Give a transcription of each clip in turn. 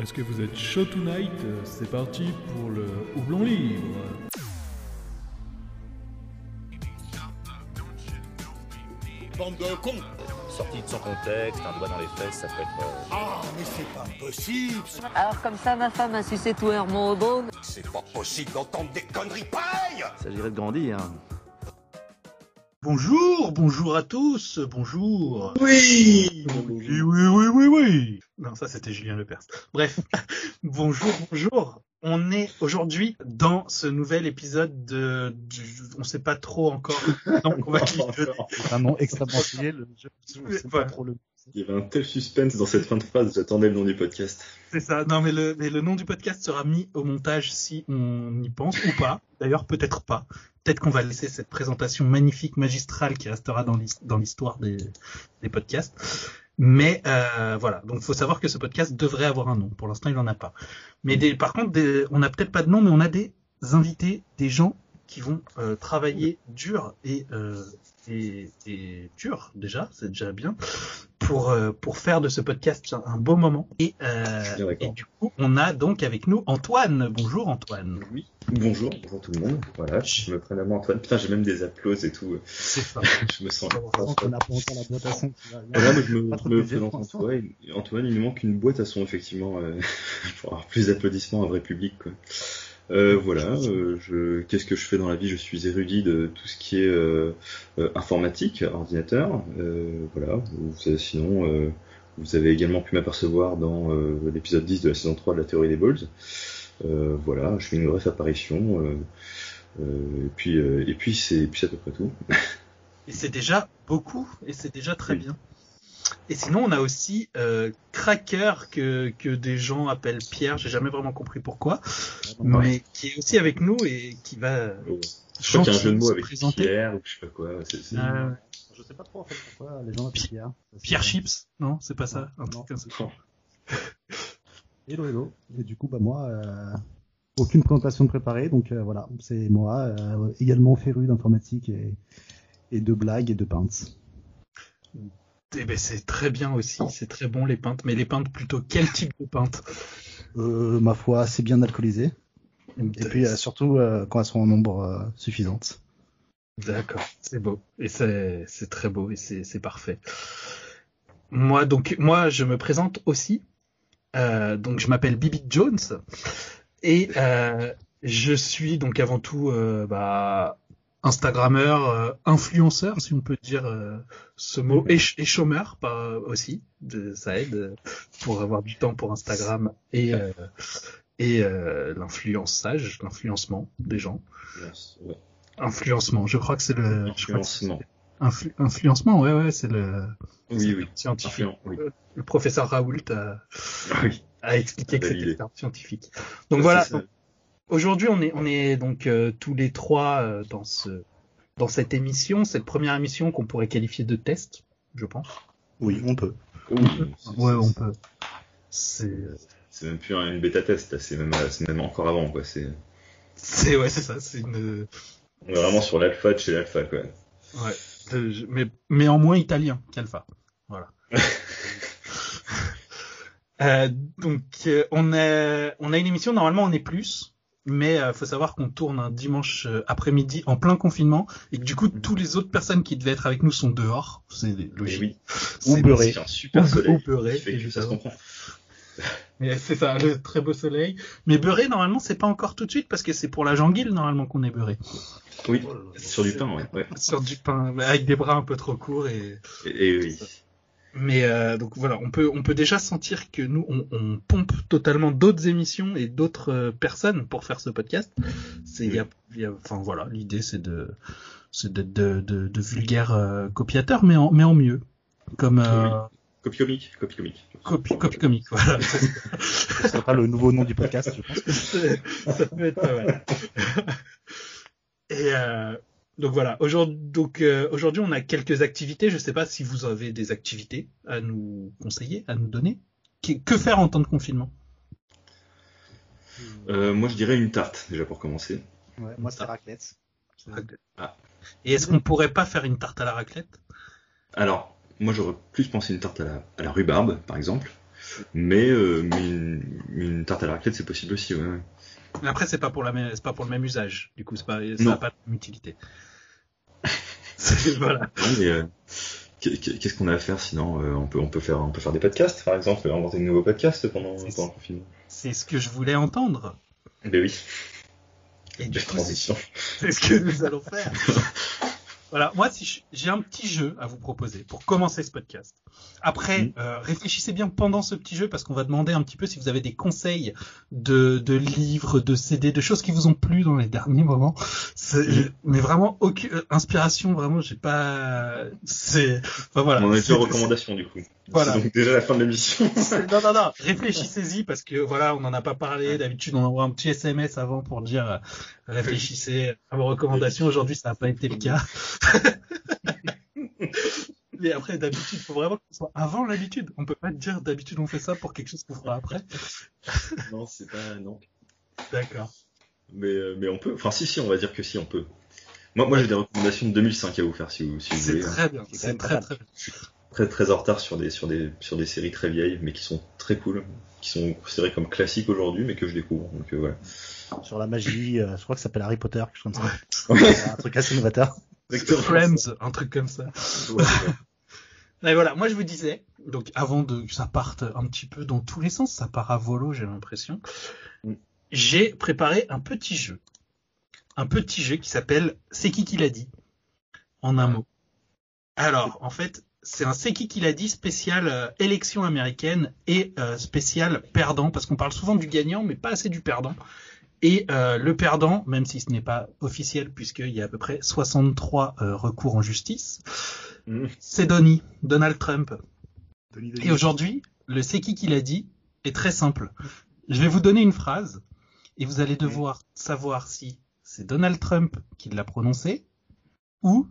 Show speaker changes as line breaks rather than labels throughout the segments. Est-ce que vous êtes chaud tonight C'est parti pour le houblon libre.
Bande de cons
Sorti de son contexte, un doigt dans les fesses, ça peut être. euh,
Ah, mais c'est pas possible
Alors comme ça, ma femme a sucé tout Hermon au bon.
C'est pas possible d'entendre des conneries pareilles
Bonjour, bonjour à tous, bonjour.
Oui
Oui, oui, oui, oui, oui. Non, ça c'était Julien Lepers. Bref, bonjour, bonjour. On est aujourd'hui dans ce nouvel épisode de, du- on sait pas trop encore. Donc on va cliquer.
C'est un nom extrêmement stylé. Le jeu, c'est pas
Voilà.
trop le.
Il y avait un tel suspense dans cette fin de phrase, j'attendais le nom du podcast.
C'est ça. Non, mais le, mais le nom du podcast sera mis au montage si on y pense ou pas. D'ailleurs, peut-être pas. Peut-être qu'on va laisser cette présentation magnifique, magistrale qui restera dans l'his- dans l'histoire des, des podcasts. Mais euh, voilà, donc faut savoir que ce podcast devrait avoir un nom. Pour l'instant, il n'en a pas. Mais des, par contre, des- on n'a peut-être pas de nom, mais on a des invités, des gens qui vont euh, travailler dur et, euh, et, et dur déjà, c'est déjà bien, pour, euh, pour faire de ce podcast un, un beau moment. Et, euh,
Je suis bien d'accord.
et du coup, on a donc avec nous Antoine. Bonjour Antoine.
Oui. Bonjour, bonjour tout le monde. Voilà, je me prénomme Antoine. Putain, j'ai même des applauses et tout.
C'est ça.
Je me sens.
On sent qu'on n'a pas encore la boîte à son qui va bien.
Voilà, Ah moi, je me,
Pas trop de
me
plaisir,
présente
François.
Antoine. Et Antoine, il nous manque une boîte à son, effectivement, euh, pour avoir plus d'applaudissements, un vrai public. Quoi. Euh, voilà, euh, je, qu'est-ce que je fais dans la vie Je suis érudit de tout ce qui est euh, euh, informatique, ordinateur. Euh, voilà, Vous avez- sinon, euh, vous avez également pu m'apercevoir dans euh, l'épisode 10 de la saison 3 de la théorie des balls. Euh, voilà, je fais une brève apparition. euh, euh, et puis, euh, et puis c'est, et puis c'est à peu près tout.
Et c'est déjà beaucoup, et c'est déjà très
Oui.
bien. Et sinon, on a aussi euh, Cracker, que, que des gens appellent Pierre, j'ai jamais vraiment compris pourquoi,
Ouais.
mais qui est aussi avec nous et qui va
Je crois qu'il y a un jeu de
gentiment
mots
se
avec
présenter.
Pierre ou je sais pas quoi. C'est, c'est-
Euh,
Je sais pas trop en fait pourquoi les gens appellent Pierre. Parce que-
Pierre Chips Non, c'est pas ça. Un
Non.
truc comme ça.
euh, Hello, hello. Et du coup, bah moi, euh, aucune présentation préparée, donc euh, voilà, c'est moi, euh, également féru d'informatique et, et de blagues et de pintes.
Eh ben, c'est très bien aussi, c'est très bon les pintes, mais les pintes plutôt quel type de pintes
Euh, ma foi, assez bien alcoolisées. Et puis euh, surtout euh, quand elles sont en nombre euh, suffisante.
D'accord, c'est beau. Et c'est c'est très beau et c'est c'est parfait. Moi, donc, moi, je me présente aussi. Euh, donc, je m'appelle Bibi Jones. Et euh, je suis donc avant tout euh, bah, Instagrammeur, euh, influenceur, si on peut dire euh, ce mot, et, ch- et chômeur pas, euh, aussi. De, ça aide euh, pour avoir du temps pour Instagram et, euh, et euh, l'influençage, l'influencement des gens.
Ouais.
Influencement, je crois que c'est le. je crois que c'est-
Influencement.
Influ- influencement, ouais, ouais, c'est le
Oui, oui.
scientifique.
Influent, oui.
Le professeur Raoult a,
Oui.
a expliqué que c'était
Validé.
le terme scientifique. Euh, Donc
Ça,
voilà,
c'est ça.
aujourd'hui on est, on est donc euh, tous les trois euh, dans, ce, dans cette émission, cette première émission qu'on pourrait qualifier de test, je pense.
Oui, on peut.
Oui,
euh,
c'est-
peut. C'est
C'est même plus une bêta test, là, c'est même, euh, c'est même encore avant, quoi. C'est
c'est- ouais, c'est ça, c'est une.
on est vraiment sur l'alpha de chez l'alpha, quoi.
Ouais, de- Euh, je- mais, mais en moins italien qu'Alpha. Voilà. Euh, donc, euh, on, a, on a une émission, normalement on est plus, mais euh, faut savoir qu'on tourne un dimanche euh, après-midi en plein confinement, et que du coup, tous les autres personnes qui devaient être avec nous sont dehors. C'est
Et
logique.
oui,
C'est-
beurré.
c'est un super Ah, soleil.
Ou beurré,
qui fait que ça se
évidemment.
comprend.
Mais C'est ça, le très beau soleil. Mais beurré, normalement, c'est pas encore tout de suite, parce que c'est pour la janguille, normalement, qu'on est beurré.
Oui,
Oh
sur du pain, ouais. ouais.
Sur du pain, avec des bras un peu trop courts et...
Et, et oui.
Mais euh, donc voilà, on peut on peut déjà sentir que nous on, on pompe totalement d'autres émissions et d'autres euh, personnes pour faire ce podcast. C'est il y a, il y a- enfin voilà, l'idée c'est de c'est d'être de, de, de vulgaires euh, copiateurs mais en mais en mieux. Comme euh,
Copiomique, copiomique.
copie copie comique voilà.
Ce sera pas le nouveau nom du podcast, je pense.
C'est- ça peut être pas mal. Et euh, donc voilà, aujourd'hui, donc euh, aujourd'hui, on a quelques activités. Je sais pas si vous avez des activités à nous conseiller, à nous donner. Qu- Que faire en temps de confinement
Euh, moi, je dirais une tarte, déjà pour commencer.
Ouais, moi, c'est raclette.
Ah.
Et est-ce qu'on pourrait pas faire une tarte à la raclette
Alors, moi, j'aurais plus pensé une tarte à la, à la rhubarbe, par exemple. mais, euh, mais une, une tarte à la raclette, c'est possible aussi. ouais, ouais.
Mais après, c'est pas pour la même, c'est pas pour le même usage. Du coup, c'est pas, ça
Non.
n'a pas la même utilité. C'est- voilà.
Non, mais, euh, qu'est- qu'est- Qu'est-ce qu'on a à faire sinon Euh, on peut, on, peut faire, on peut faire des podcasts, par exemple, euh, inventer de nouveaux podcasts pendant,
C'est-
pendant le confinement.
C'est ce que je voulais entendre.
Ben oui,
Et
de
du coup, c'est
transition.
c'est ce que nous allons faire. Voilà, moi, si je- j'ai un petit jeu à vous proposer pour commencer ce podcast. Après,
Mhm.
euh, réfléchissez bien pendant ce petit jeu parce qu'on va demander un petit peu si vous avez des conseils de, de livres, de CD, de choses qui vous ont plu dans les derniers moments. C'est- je- Mais vraiment, aucune euh, inspiration, vraiment, j'ai pas. C'est. Enfin voilà.
on
Ah,
a
C'est-
plusieurs recommandations du coup.
Voilà.
C'est donc déjà la fin de l'émission.
c'est- Non, non, non, réfléchissez-y parce que voilà, on n'en a pas parlé. D'habitude, on envoie un petit SMS avant pour dire euh, réfléchissez à vos recommandations. Aujourd'hui, ça n'a pas été le cas. Mais après, d'habitude, faut vraiment que ce soit avant l'habitude. On peut pas te dire d'habitude on fait ça pour quelque chose qu'on fera après.
non, c'est pas. Non.
D'accord.
Mais, euh, mais on peut. Enfin, si, si, on va dire que si, on peut. Moi, moi j'ai des recommandations de 2005 à vous faire si vous, si vous
C'est
voulez.
très bien.
C'est quand
C'est
même
très
pas
très bien.
Très, très en retard sur des, sur, des, sur des séries très vieilles, mais qui sont très cool, qui sont considérées comme classiques aujourd'hui, mais que je découvre. Donc euh, voilà.
Sur la magie, euh, je crois que ça s'appelle Harry Potter, quelque chose comme ça. un truc assez novateur.
Friends, un truc comme ça.
Ouais, ouais.
Mais voilà, moi je vous disais, donc avant de, que ça parte un petit peu dans tous les sens, ça part à volo, j'ai l'impression.
Mm.
J'ai préparé un petit jeu. Un petit jeu qui s'appelle C'est qui qui l'a dit En un mot. Alors, en fait, c'est un C'est qui qui l'a dit spécial euh, élection américaine et euh, spécial perdant, parce qu'on parle souvent du gagnant, mais pas assez du perdant. Et euh, le perdant, même si ce n'est pas officiel, puisqu'il y a à peu près 63 euh, recours en justice,
Mm.
c'est Donny, Donald Trump.
Denis,
Et aujourd'hui, le c'est qui qui l'a dit est très simple. Je vais vous donner une phrase et vous allez devoir savoir si c'est Donald Trump qui l'a prononcée ou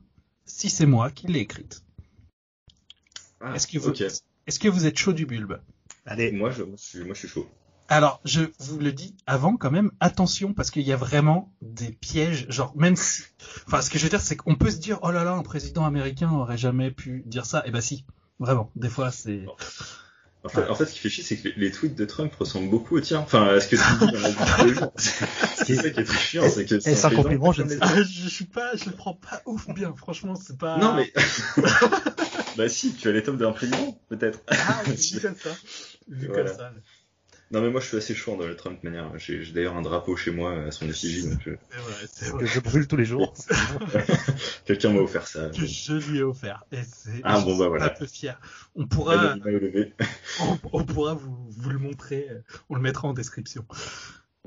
si c'est moi qui l'ai écrite.
Ah,
Est-ce que vous
ok.
est-ce que vous êtes chaud du bulbe
Et
Allez,
moi, je, moi, je suis, moi, je suis chaud.
Alors, je vous le dis avant quand même, attention parce qu'il y a vraiment des pièges, genre même si enfin ce que je veux dire c'est qu'on peut se dire oh là là, un président américain aurait jamais pu dire ça. Eh ben si, vraiment, des fois c'est
En fait, en fait, ce qui fait chier, c'est que les, les tweets de Trump ressemblent beaucoup aux tiens. Enfin, à ce que tu dis dans la vie de tous les jours. C'est ça qui est très chiant. c'est que
est-ce un
président-
compliment Je ne sais pas.
Ah, je suis pas je le prends pas ouf bien, franchement, c'est pas
Non, mais. bah, si, tu as l'étoffe d'un président, peut-être.
Ah, vu comme ça. Vu
Voilà.
comme ça.
Non, mais moi, je suis assez chaud en Donald Trump, de manière. J'ai j'ai d'ailleurs un drapeau chez moi à son effigie. donc euh, je-
C'est vrai, c'est
que
vrai.
je brûle tous les jours.
Quelqu'un m'a offert ça.
Que je lui ai offert. Et c'est
Ah,
je
bon, bah,
suis
voilà.
un peu fier. On
Elle
pourra,
a du mal à lever.
on, on pourra vous, vous le montrer. euh, On le mettra en description.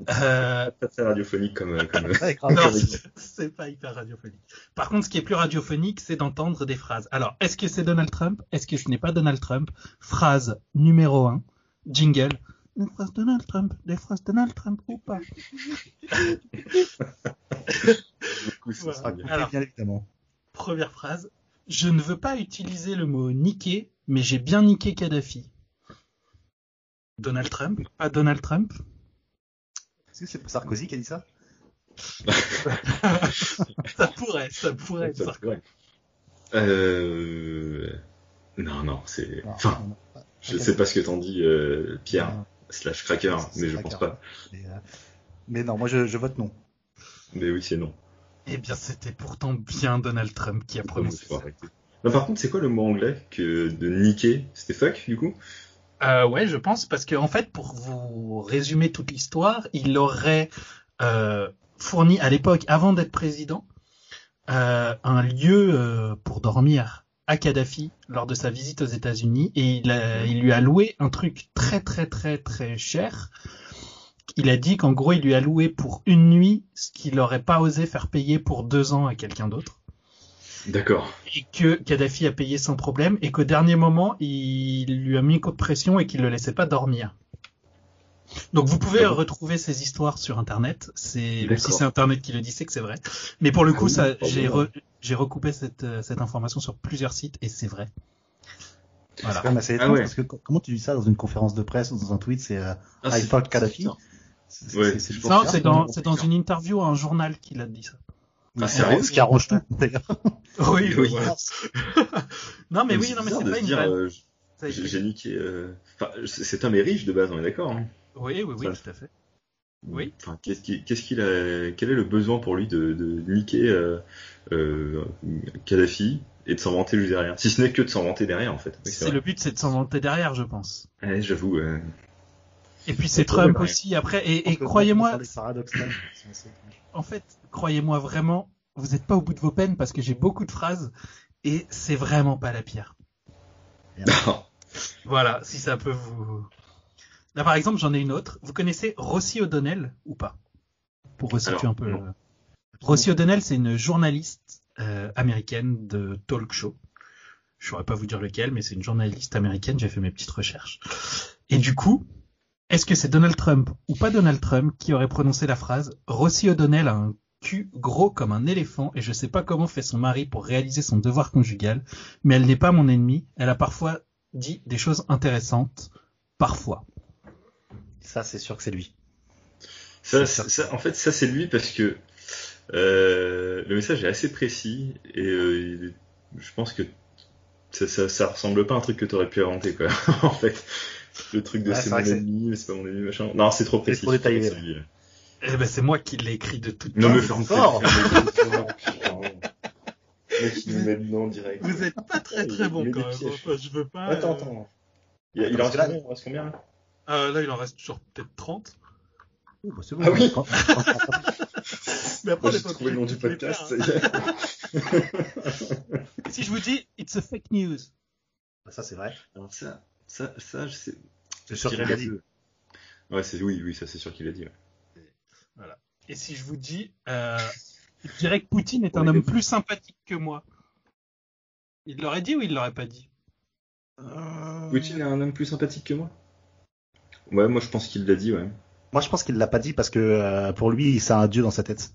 Ah,
Euh,
Pas très radiophonique comme. euh, comme...
Ouais, grave.
non, c'est- c'est pas hyper radiophonique. Par contre, ce qui est plus radiophonique, c'est d'entendre des phrases. Alors, est-ce que c'est Donald Trump Est-ce que ce n'est pas Donald Trump Phrase numéro 1, jingle. Des phrases Donald Trump, des phrases Donald Trump ou pas
Beaucoup, ça,
Voilà.
c'est
Ah,
bien.
Alors.
bien évidemment.
Première phrase. Je ne veux pas utiliser le mot niquer, mais j'ai bien niqué Kadhafi. Donald Trump Pas Donald Trump
Est-ce que c'est pas Sarkozy qui a dit ça
Ça pourrait, ça pourrait.
Ça,
être
c'est vrai. Euh. Non, non, c'est.
Non,
Enfin,
non, non.
je sais pas ce que t'en dis, euh, Pierre.
Non,
slash cracker,
c'est- c'est
mais je
Cracker.
pense pas.
Mais, euh, mais non, moi je, je vote non.
Mais oui, c'est non.
Eh bien, c'était pourtant bien Donald Trump qui a prononcé
Faut
ça.
arrêter. Non, par contre, c'est quoi le mot anglais que de niquer C'était fuck, du coup
Euh, ouais, je pense, parce que en fait, pour vous résumer toute l'histoire, il aurait euh, fourni à l'époque, avant d'être président, euh, un lieu euh, pour dormir à Kadhafi lors de sa visite aux États-Unis, et il, a- il lui a loué un truc très très très très cher. Il a dit qu'en gros, il lui a loué pour une nuit ce qu'il n'aurait pas osé faire payer pour deux ans à quelqu'un d'autre
D'accord.
et que Kadhafi a payé sans problème et qu'au dernier moment il lui a mis un coup de pression et qu'il le laissait pas dormir. Donc vous pouvez
Ah bon
retrouver ces histoires sur internet. C'est même si
D'accord. Ah
c'est internet qui le dit, c'est que c'est vrai. Mais pour le coup,
oui,
ça,
pardon.
j'ai re- j'ai recoupé cette, euh, cette information sur plusieurs sites et c'est vrai. Voilà.
C'est quand même assez
Ah
étrange
ouais.
parce que co- comment tu dis ça dans une conférence de presse ou dans un tweet C'est euh,
Ah,
I
c'est-
fuck Kadhafi. C'est-
Ouais,
c'est- c'est
je
Non,
bizarre.
c'est dans c'est dans une interview à un journal qu'il a dit ça.
Ah,
Ce qui
sérieux
arrange- Ce qui arrange tout d'ailleurs.
Oui,
Oui.
oui. non mais oui, non mais
bizarre
c'est
de
pas
se
une
dire,
vanne.
euh, je-
Ça a été-
J'ai j'ai niqué. euh, Enfin, c- cet homme est riche de base, on est d'accord. hein
Oui, oui, oui,
Ça-
tout à fait. Oui.
Enfin, qu'est-ce qui- qu'est-ce qu'il a Quel est le besoin pour lui de, de niquer euh, euh, Kadhafi et de s'en vanter juste derrière Si ce n'est que de s'en vanter derrière, en fait. Oui,
C'est
vrai.
le but, c'est de s'en vanter derrière, je pense.
Ouais, J'avoue. euh,
Et puis c'est
Ouais,
Trump
ouais.
aussi après.
On
Et, et
peut pas faire
croyez-moi,
des paradoxes là, qui sont assez étranges.
en fait, croyez-moi vraiment, vous n'êtes pas au bout de vos peines parce que j'ai beaucoup de phrases et c'est vraiment pas la pire. Voilà, si ça peut vous. Là, par exemple, j'en ai une autre. Vous connaissez Rossi O'Donnell ou pas Pour resituer
Alors,
un peu.
non.
le- Rossi O'Donnell, c'est une journaliste euh, américaine de talk show. Je saurais pas vous dire lequel, mais c'est une journaliste américaine. J'ai fait mes petites recherches. Et du coup, est-ce que c'est Donald Trump ou pas Donald Trump qui aurait prononcé la phrase Rossi O'Donnell a un cul gros comme un éléphant et je sais pas comment fait son mari pour réaliser son devoir conjugal, mais elle n'est pas mon ennemi. Elle a parfois dit des choses intéressantes, parfois.
Ça, c'est sûr que c'est lui.
Ça,
C'est
c'est- ça- en fait, ça c'est lui parce que euh, le message est assez précis et euh, il est- je pense que ça, ça, ça ressemble pas à un truc que t'aurais pu inventer, quoi. en fait, le truc de
Ouais,
c'est
c'est
mon
vrai que c'est-
ennemi, mais c'est pas mon ennemi, machin. Non, c'est trop précis.
trop détaillé,
C'est
là.
lui.
Eh ben, c'est moi qui l'ai écrit de toute
Non,
pièce.
mais ferme
fort.
Mec, il nous met dedans direct.
Vous êtes pas très très
Il
bon
met
quand
des
même.
pièges.
Enfin, je veux pas.
Attends,
euh,
attends. Il, il en
Parce que
reste
là-
combien, il en reste combien là
euh, là, il en reste sur peut-être 30.
Oh, bah, c'est bon,
Ah oui.
quand- quand- quand-
Mais
Moi,
on
J'ai
est pas
trouvé le nom
obligé
du
de les
podcast.
faire,
ça y est.
hein. Si je vous dis, it's a fake news.
Ça, c'est vrai.
Alors ça, ça, ça, je sais.
C'est sûr
Je
qu'il
dirais
l'a dit.
que- Ouais, c'est oui, oui, ça c'est sûr qu'il l'a dit. ouais.
Et si je vous dis, euh, je dirais que Poutine est un
Ouais,
homme
mais-
plus sympathique que moi. Il l'aurait dit ou il l'aurait pas dit
Poutine est un homme plus sympathique que moi Ouais, moi je pense qu'il l'a dit, ouais.
Moi, je pense qu'il l'a pas dit parce que euh, pour lui, c'est un dieu dans sa tête.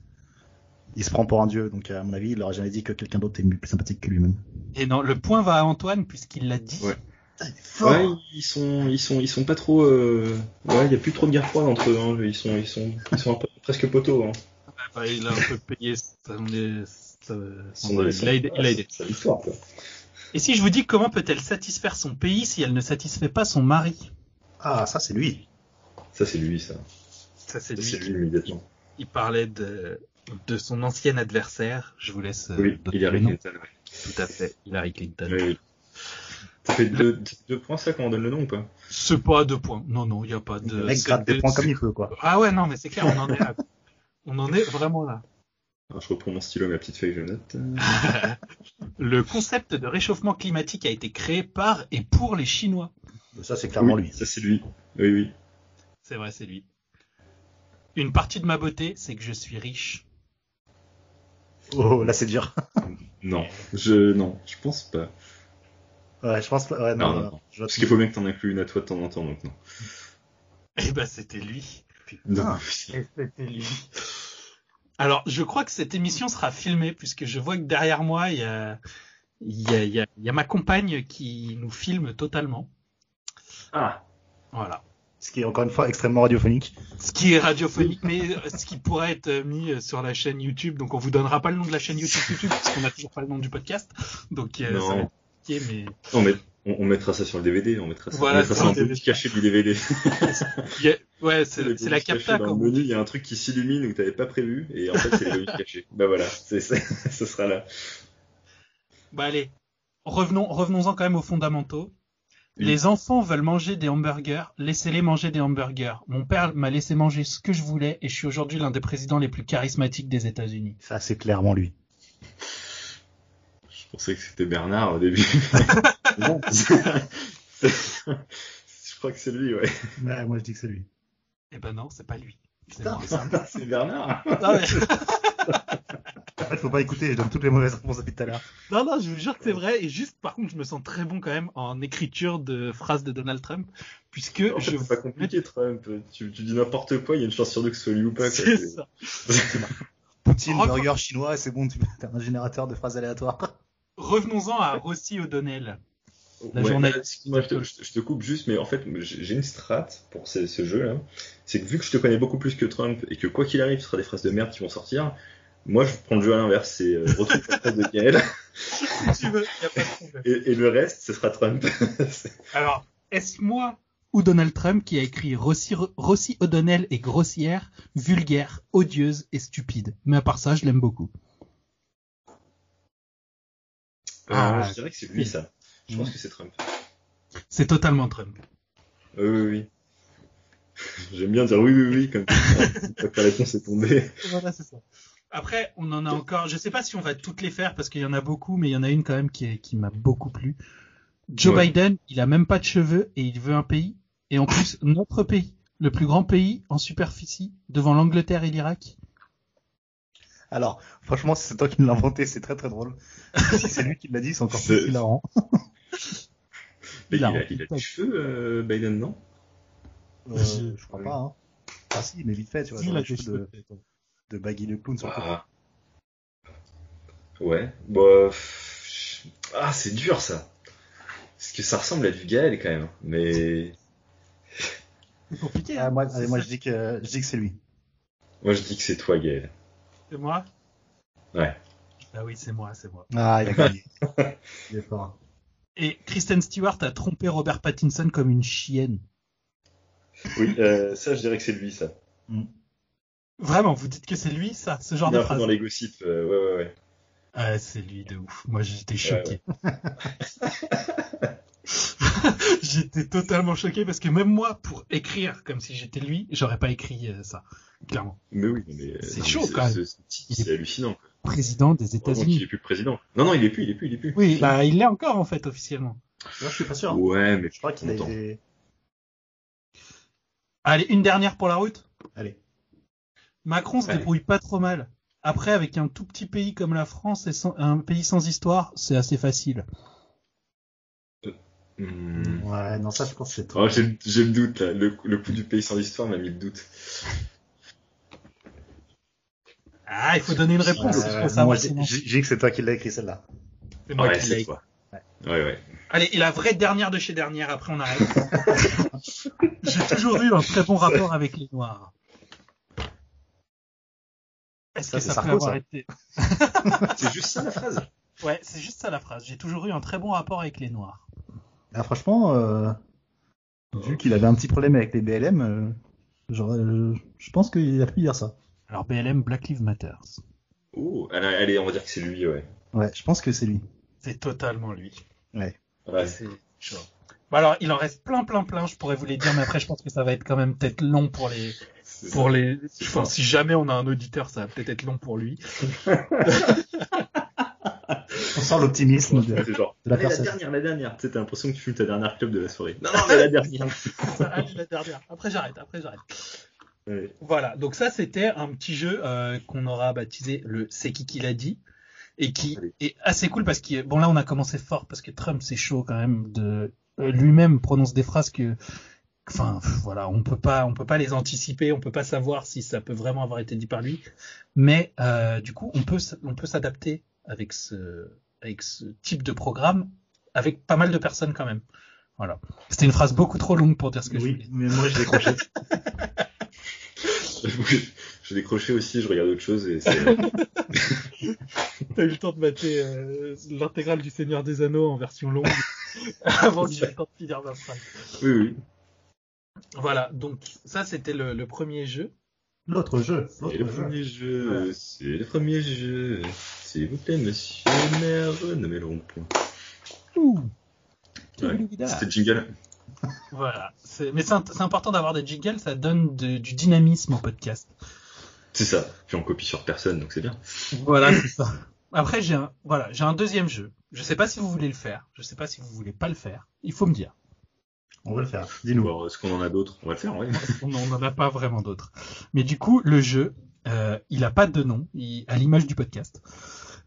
Il se prend pour un dieu, donc à mon avis, il aurait jamais dit que quelqu'un d'autre est mieux- plus sympathique que lui-même.
Et Eh non, le point va à Antoine puisqu'il l'a dit.
Ouais.
Ah,
Ouais, ils sont, ils sont, ils sont pas trop. euh, Ouais, il y a plus trop de guerre froide entre eux. hein. Ils sont, ils sont, ils sont un peu- presque poteaux. Hein.
Enfin, Ah, bah, il a un peu payé son- son-
Ils sont
son-
dans les-
il a aidé- il a aidé.
C'est l'histoire, quoi.
Et si je vous dis comment peut-elle satisfaire son pays si elle ne satisfait pas son mari
Ah, ça, c'est lui.
Ça c'est lui, ça.
Ça c'est
Ça,
lui.
C'est lui
qui-
immédiatement.
Il parlait de, de son ancien adversaire. Je vous laisse. euh,
Oui,
donner
Hillary
le nom.
Clinton. ouais.
Tout à fait. Hillary Clinton.
Ouais. Ça fait deux, deux points ça quand on donne le nom, quoi.
C'est pas à deux points. Non non, il y a pas de.
le mec
c'est-
gratte des
c'est-
points comme il peut, quoi.
Ah ouais non mais c'est clair, on en est là. On en est vraiment là.
Alors, Ah, je reprends mon stylo, ma petite feuille, je note.
Le concept de réchauffement climatique a été créé par et pour les Chinois.
Ça, c'est clairement
Oui,
lui.
Ça c'est lui. Oui, oui.
C'est vrai, c'est lui. Une partie de ma beauté, c'est que je suis riche.
Oh, là, c'est dur.
Non, je non, je pense pas.
Ouais, je pense. Ouais,
Non,
non,
non,
non,
non.
je vois-
Parce qu'il faut bien que t'en inclues une à toi de temps en temps, donc non.
Eh ben, c'était lui.
Ah,
Non.
C'était lui. Alors, je crois que cette émission sera filmée, puisque je vois que derrière moi, il y a, il y a, il y a- il y a ma compagne qui nous filme totalement.
Ah.
Voilà.
Ce qui est encore une fois extrêmement radiophonique.
Ce qui est radiophonique, mais euh, ce qui pourrait être euh, mis euh, sur la chaîne YouTube. Donc, on vous donnera pas le nom de la chaîne YouTube, YouTube puisqu'on n'a toujours pas le nom du podcast. Donc, euh, ça va
Non.
être compliqué, mais...
On, met- on- on mettra ça sur le DVD, on mettra ça,
Voilà,
on mettra
sur
ça
le
dans le
DVD.
petit cachet du DVD.
Il y a- Ouais,
Le
c'est c'est la
bonus caché
capta,
dans
quand
le menu, il y a un truc qui s'illumine ou que t'avais pas prévu, et en fait c'est le bonus caché. Bah voilà, c'est ça, ça sera là.
Bah allez, revenons, revenons-en quand même aux fondamentaux.
Oui.
Les enfants veulent manger des hamburgers, laissez-les manger des hamburgers. Mon père m'a laissé manger ce que je voulais et je suis aujourd'hui l'un des présidents les plus charismatiques des États-Unis.
Ça, c'est clairement lui.
Je pensais que c'était Bernard au début. non. C'est- je crois que c'est lui, ouais.
Ouais, moi, je dis que c'est lui.
Eh ben non, c'est pas lui. C'est
Putain.
moi.
c'est Bernard.
Non, mais-
En fait, faut pas écouter. Je donne toutes les mauvaises réponses depuis tout à l'heure.
non, non, je vous jure que c'est vrai. Et juste, par contre, je me sens très bon quand même en écriture de phrases de Donald Trump, puisque
En fait,
je
c'est pas compliqué, Trump. Tu, tu dis n'importe quoi, il y a une chance sur deux que ce soit lui ou pas. quoi.
C'est
C'est-
ça.
Poutine,
Reprends-
burger chinois, c'est bon. Tu as un générateur de phrases aléatoires.
Revenons-en à Rossi O'Donnell. La
Ouais, Ah,
journée.
Excuse-moi, je te, je te- je te coupe juste, mais en fait, j'ai j'ai une strat pour ce, ce jeu-là. C'est que vu que je te connais beaucoup plus que Trump et que quoi qu'il arrive, ce sera des phrases de merde qui vont sortir, Moi, je prends le jeu à l'inverse, c'est euh, retrouve la trace de Gaël,
tu veux, y a pas de problème.
et, et le reste, ce sera Trump.
Alors, est-ce moi ou Donald Trump qui a écrit Rossi, Rossi O'Donnell est grossière, vulgaire, odieuse et stupide Mais à part ça, je l'aime beaucoup. Ah.
Euh, je dirais que c'est lui, ça. Je pense que c'est Trump.
C'est totalement Trump.
Oui, oui, oui. J'aime bien dire oui, oui, oui, comme ça, que la réponse est tombée.
Voilà, c'est ça. Après, on en a encore. Je sais pas si on va toutes les faire parce qu'il y en a beaucoup, mais il y en a une quand même qui, est- qui m'a beaucoup plu. Joe
Ouais.
Biden, il a même pas de cheveux et il veut un pays. Et en plus, notre pays, le plus grand pays en superficie, devant l'Angleterre et l'Irak.
Alors, franchement, si c'est toi qui me l'as inventé, c'est très très drôle. si c'est lui qui l'a dit, c'est encore
C'est-
plus hilarant.
Mais il,
a
a,
rempli
il a
le
des cheveux, euh, Biden, non
Euh, je crois pas, hein. Ah si, mais vite fait, tu vois,
Si,
genre
là,
les
j'ai
cheveux de, de Baggy le clown sur le côté.
Ah. Ouais. Bah, pff, ah, c'est dur ça. Parce que ça ressemble à du Gaël quand même. Mais
C'est compliqué.
Ah,
hein.
moi,
C'est
allez, moi
ça,
je dis que je dis que c'est lui.
moi je dis que c'est toi Gaël.
c'est moi.
Ouais.
Ah oui, c'est moi, c'est moi.
Ah, il a gagné. il est fort.
Et Kristen Stewart a trompé Robert Pattinson comme une chienne.
Oui, euh, ça je dirais que c'est lui ça.
Vraiment, vous dites que c'est lui, ça, ce genre
Il est
de
un peu
phrase.
dans les gossips. euh, ouais, ouais, ouais.
Ah, c'est lui de ouf. Moi, j'étais choqué. j'étais totalement choqué parce que même moi, pour écrire comme si j'étais lui, j'aurais pas écrit euh, ça. Clairement.
Mais oui, mais euh,
C'est
non, mais
chaud, quand même.
ce- ce petit, C'est hallucinant. quoi.
Président des
Vraiment qu'il est plus président. Non, non, il est plus, il est plus, il est plus.
Oui, bah, il l'est encore en fait officiellement.
Moi, je suis pas sûr. hein.
Ouais, mais
Je crois qu'il a
longtemps.
été.
Allez, une dernière pour la route.
Allez.
Macron se
Allez.
débrouille pas trop mal. Après, avec un tout petit pays comme la France et sans- un pays sans histoire, c'est assez facile.
Hmm.
Ouais, non, ça, je pense que c'est toi.
Oh, j'ai j'ai le doute là. Le, le coup du pays sans histoire m'a mis le doute.
Ah, Euh, il faut donner une réponse.
Ouais,
il faut
ouais,
savoir
moi, je
sinon.
dis- je dis que c'est toi qui l'as écrit celle-là.
C'est moi
ouais,
qui l'ai
c'est toi. Ouais, ouais.
Allez, et la vraie dernière de chez dernière, après on arrête. J'ai toujours eu un très bon rapport avec les Noirs. Est-ce
Ça,
que
c'est
ça peut
Sarko,
avoir
ça.
été
C'est juste ça la phrase.
Ouais, c'est juste ça la phrase. J'ai toujours eu un très bon rapport avec les Noirs.
Ah, franchement, euh, vu qu'il avait un petit problème avec les BLM, euh,
Genre, euh, je pense qu'il a pu dire ça.
Alors BLM, Black Lives Matter.
Oh, allez, allez, on va dire que c'est lui, ouais.
ouais, je pense que c'est lui.
C'est totalement lui.
Ouais.
C'est chaud. Bon, alors, il en reste plein, plein, plein. Je pourrais vous les dire, mais après, je pense que ça va être quand même peut-être long pour les,
c'est-
pour les.
C'est
Enfin,
ça.
si jamais on a un auditeur, ça va peut-être être long pour lui.
On sent l'optimisme de.
C'est genre,
De la
allez, la
personne.
dernière, la dernière. Tu sais, t'as l'impression que tu fumes ta dernière club de la soirée. Non, non, mais la dernière.
Allez, la dernière. Après, j'arrête. Après, j'arrête.
Ouais.
Voilà, donc ça c'était un petit jeu euh, qu'on aura baptisé le C'est qui qui l'a dit et qui
Allez.
est assez cool parce que bon là on a commencé fort parce que Trump c'est chaud quand même de euh, lui-même prononce des phrases que enfin pff, voilà, on peut pas on peut pas les anticiper, on peut pas savoir si ça peut vraiment avoir été dit par lui mais euh, du coup on peut s- on peut s'adapter avec ce avec ce type de programme avec pas mal de personnes quand même. Voilà. C'était une phrase beaucoup trop longue pour dire ce que je voulais.
Oui, mais moi, je l'ai décroché.
J'ai décroché aussi, je regarde autre chose et c'est.
T'as eu le temps de mater euh, l'intégrale du Seigneur des Anneaux en version longue avant que j'ai le temps de finir ma phrase.
Oui, oui.
Voilà, donc ça c'était le, le premier jeu.
L'autre jeu.
C'est le
L'autre jeu.
premier jeu, euh, c'est le premier jeu. S'il vous plaît, monsieur le maire, nommez le rond-point. Ouais. C'était le jingle.
Voilà, C'est- mais c'est int- c'est important d'avoir des jingles, ça donne de- du dynamisme au podcast.
C'est ça. Puis on copie sur personne, donc c'est bien.
Voilà, c'est ça. Après j'ai un voilà, j'ai un deuxième jeu. Je sais pas si vous voulez le faire, je sais pas si vous voulez pas le faire. Il faut me dire.
On va le faire.
Ou
Dis-nous.
alors, est-ce euh, qu'on en a d'autres On va le faire, ouais.
On n'en a pas vraiment d'autres. Mais du coup, le jeu, euh, il a pas de nom, il- à l'image du podcast.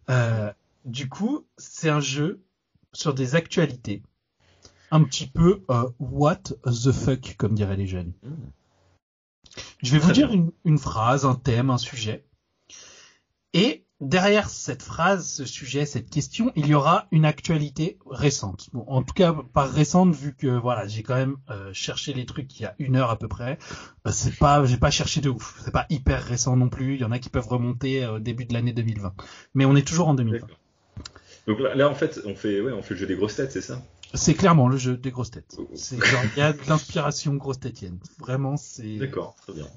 Euh, du coup, c'est un jeu sur des actualités. Un petit peu euh, what the fuck, comme diraient les jeunes. Je vais vous
Très
dire une, une phrase, un thème, un sujet. Et derrière cette phrase, ce sujet, cette question, il y aura une actualité récente. Bon, en tout cas, pas récente vu que voilà, j'ai quand même euh, cherché les trucs il y a une heure à peu près. Euh, c'est pas, j'ai pas cherché de ouf. C'est pas hyper récent non plus. Il y en a qui peuvent remonter euh, au début de l'année 2020. Mais on est toujours en 2020.
D'accord. Donc là, là, en fait, on fait, ouais, on fait le jeu des grosses têtes, c'est ça
C'est clairement le jeu des grosses têtes. C'est genre, il y a de l'inspiration grosse têtienne. Vraiment, c'est.
D'accord, très bien.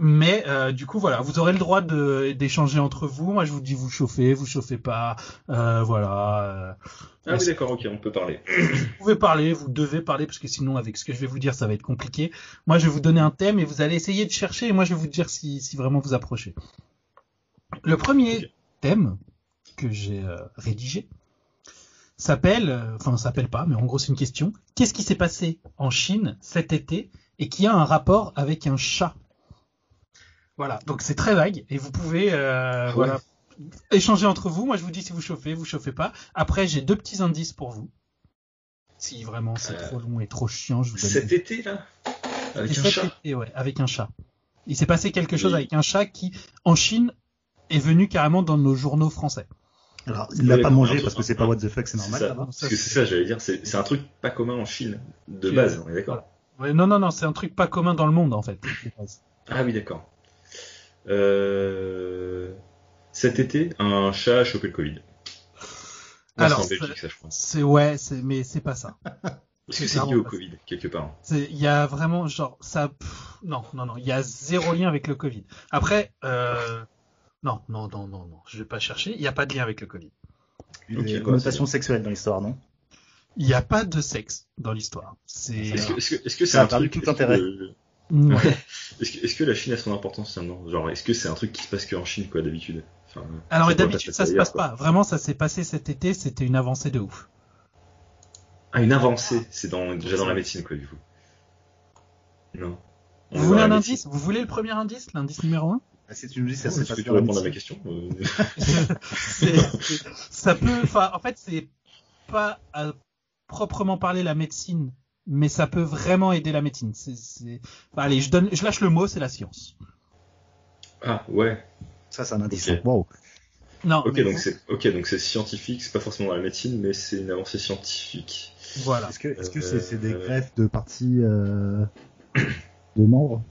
Mais euh, du coup voilà, vous aurez le droit de d'échanger entre vous. Moi je vous dis vous chauffez, vous chauffez pas, euh, voilà.
Ah oui, d'accord, ok, on peut parler.
Vous pouvez parler, vous devez parler parce que sinon avec ce que je vais vous dire ça va être compliqué. Moi je vais vous donner un thème et vous allez essayer de chercher et moi je vais vous dire si si vraiment vous approchez. Le premier
Ok.
thème que j'ai euh, rédigé s'appelle, euh, enfin s'appelle pas, mais en gros c'est une question. Qu'est-ce qui s'est passé en Chine cet été et qui a un rapport avec un chat Voilà, donc c'est très vague et vous pouvez euh,
Ouais.
voilà échanger entre vous. Moi je vous dis si vous chauffez, vous chauffez pas. Après j'ai deux petits indices pour vous. Si vraiment c'est
Euh,
trop long et trop chiant, je vous donne.
Cet été, là Avec un
Cet
chat
été, ouais, avec un chat. Il s'est passé quelque chose
Oui.
avec un chat qui en Chine est venu carrément dans nos journaux français.
Alors, il l'a
Ouais,
pas
non,
mangé
non,
parce que
non,
c'est pas what the fuck, c'est normal.
ça.
là-bas.
Donc ça,
Parce que c'est ça, j'allais dire, c'est c'est un truc pas commun en Chine, de
Tu-
base, on est d'accord
Ouais, non, non, non, c'est un truc pas commun dans le monde en fait.
Ah oui, d'accord. Euh... Cet été, un chat a chopé le Covid. Non, c'est
Alors,
en Belgique, ça, je pense.
C'est ouais, c'est mais c'est pas ça.
Parce que
c'est
c'est lié au
clairement-
Covid, quelque part.
C'est- Il y a vraiment genre ça. pff, non, non, non, il y a zéro lien avec le Covid. Après, euh, non, non, non, non, non, je vais pas chercher. Il n'y a pas de lien avec le Covid.
Il y a
Ok,
des
bah,
connotations sexuelles dans l'histoire, non
Il n'y a pas de sexe dans l'histoire. C'est
Est-ce que est-ce que- est-ce que c'est
Ça a
un
perdu
truc...
tout
est-ce que
intérêt.
le-
Ouais.
Est-ce que, est-ce que la Chine a son importance maintenant Genre, est-ce que c'est un truc qui se passe que en Chine, quoi, d'habitude Enfin,
Alors
ça pourrait
d'habitude ça se passe
ailleurs, quoi.
pas. Vraiment, ça s'est passé cet été. C'était une avancée de ouf.
Ah, une avancée, c'est dans, déjà dans la médecine, quoi, du coup. Non. On est
Vous
dans
voulez
la
un
médecine.
indice Vous voulez le premier indice, l'indice numéro un
Ah, Si tu nous dis, ça
Est-ce
s'est
que
passé
tu
dans la
réponds à ma
médecine.
question
C'est- c'est- ça peut, enfin, en fait, c'est pas à proprement parler la médecine, mais ça peut vraiment aider la médecine. C'est, c'est- enfin, allez, je donne, je lâche le mot, c'est la science.
Ah, ouais.
Ça, c'est un indice.
Ok.
Wow.
Non,
Ok,
mais
donc c'est ok, donc c'est scientifique, c'est pas forcément dans la médecine, mais c'est une avancée scientifique.
voilà.
Est-ce que est-ce que c'est c'est des
Euh,
greffes de parties euh, de membres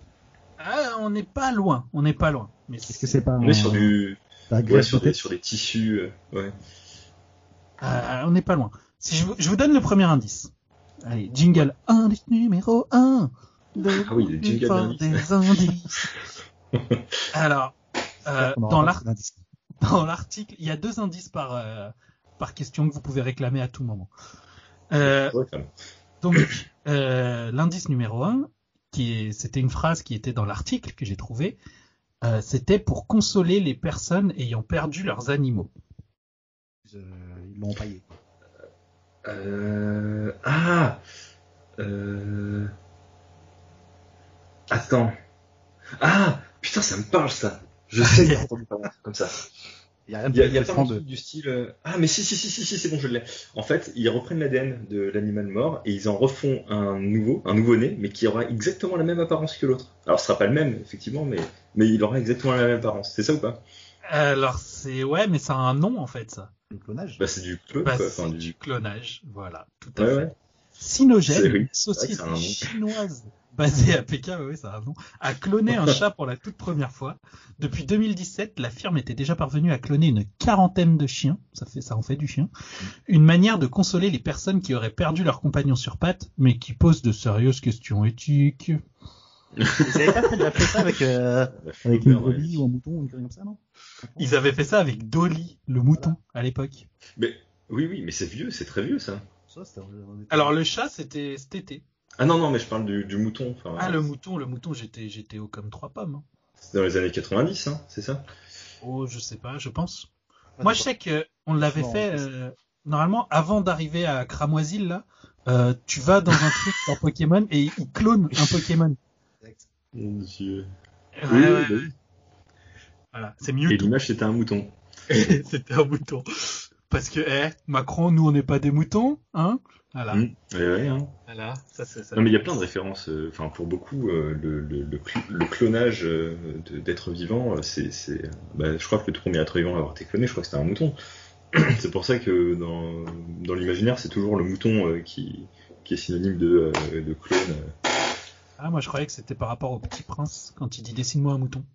Ah, on n'est pas loin, on n'est pas loin. Mais
Est-ce que c'est pas
On
un-
est sur du,
la
ouais,
greffe
sur des,
peut-être
sur des tissus, euh, ouais.
Ah, on n'est pas loin. Si je, vous- je vous donne le premier indice. Allez, jingle indice numéro 1.
Ah oui, le jingle d'indice.
des indices. Alors, euh,
On aura
dans
pas
l'art
cet indice.
dans l'article, il y a deux indices par, euh, par question que vous pouvez réclamer à tout moment. Euh,
Ouais, quand même.
donc, euh, l'indice numéro un, qui est, c'était une phrase qui était dans l'article que j'ai trouvé, euh, c'était pour consoler les personnes ayant perdu leurs animaux.
Euh, Ils l'ont empaillé.
Euh... Ah euh... Attends. Ah Putain, ça me parle ça Je sais que j'ai entendu parler comme ça.
Il y a rien
Il y a,
de
il y a
plus
pas
franc
un
de.
truc du style. euh, Ah, mais si, si, si, si, si c'est bon, je l'ai. En fait, ils reprennent l'ADN de l'animal mort et ils en refont un nouveau, un nouveau-né, mais qui aura exactement la même apparence que l'autre. Alors, ce sera pas le même, effectivement, mais, mais il aura exactement la même apparence. C'est ça ou pas
Alors, c'est, ouais, mais ça a un nom, en fait, ça.
Le clonage.
Bah, c'est du peu,
Bah,
quoi.
c'est
Enfin,
du
du...
clonage, voilà, tout à
Ouais,
fait.
ouais. C'est-
Sinogène,
oui,
une
vrai que c'est un
société
nom.
chinoise basée à Pékin, oui, ça a un nom, a cloné un chat pour la toute première fois. Depuis 2017, la firme était déjà parvenue à cloner une quarantaine de chiens, ça, fait, ça en fait du chien, une manière de consoler les personnes qui auraient perdu leur compagnon sur pattes, mais qui posent de sérieuses questions éthiques.
Vous avez pas fait de la fait ça avec. euh,
avec une
Ouais, ouais.
brebis ou un mouton ou une connerie comme ça non
Ils avaient fait ça avec Dolly, le mouton, à l'époque.
Mais, oui, oui, mais c'est vieux, c'est très vieux, ça.
Ça, c'était-
Alors le chat, c'était cet été.
Ah non, non, mais je parle du, du mouton. enfin,
Ah, le mouton, le mouton, j'étais j'étais haut comme trois pommes. hein.
C'est dans les années 90, hein, c'est ça
Oh, je sais pas, je pense.
Ah,
Moi,
d'accord.
je sais que on l'avait
Non,
fait
c'est-
euh, normalement avant d'arriver à Cramoisil là. euh, tu vas dans un truc dans Pokémon et il clone un Pokémon.
Mon dieu.
Ouais,
Oui,
ouais,
oui,
Voilà, c'est
oui. Et
mieux.
l'image, c'était un mouton.
C'était un bouton. Parce que, eh, Macron, nous, on n'est pas des moutons, hein Voilà.
Mm. Ouais, ouais, hein.
Voilà. Ça, c'est ça.
Non, mais il y a plein de références. euh, Enfin, pour beaucoup, euh, le, le- le cl- le clonage euh, de- d'êtres vivants, euh, c'est, c'est, euh, bah, je crois que le premier être vivant à avoir été cloné, je crois que c'était un mouton. C'est pour ça que dans, dans l'imaginaire, c'est toujours le mouton euh, qui, qui est synonyme de, euh, de clone.
Ah, moi, je croyais que c'était par rapport au petit prince quand il dit dessine-moi un mouton.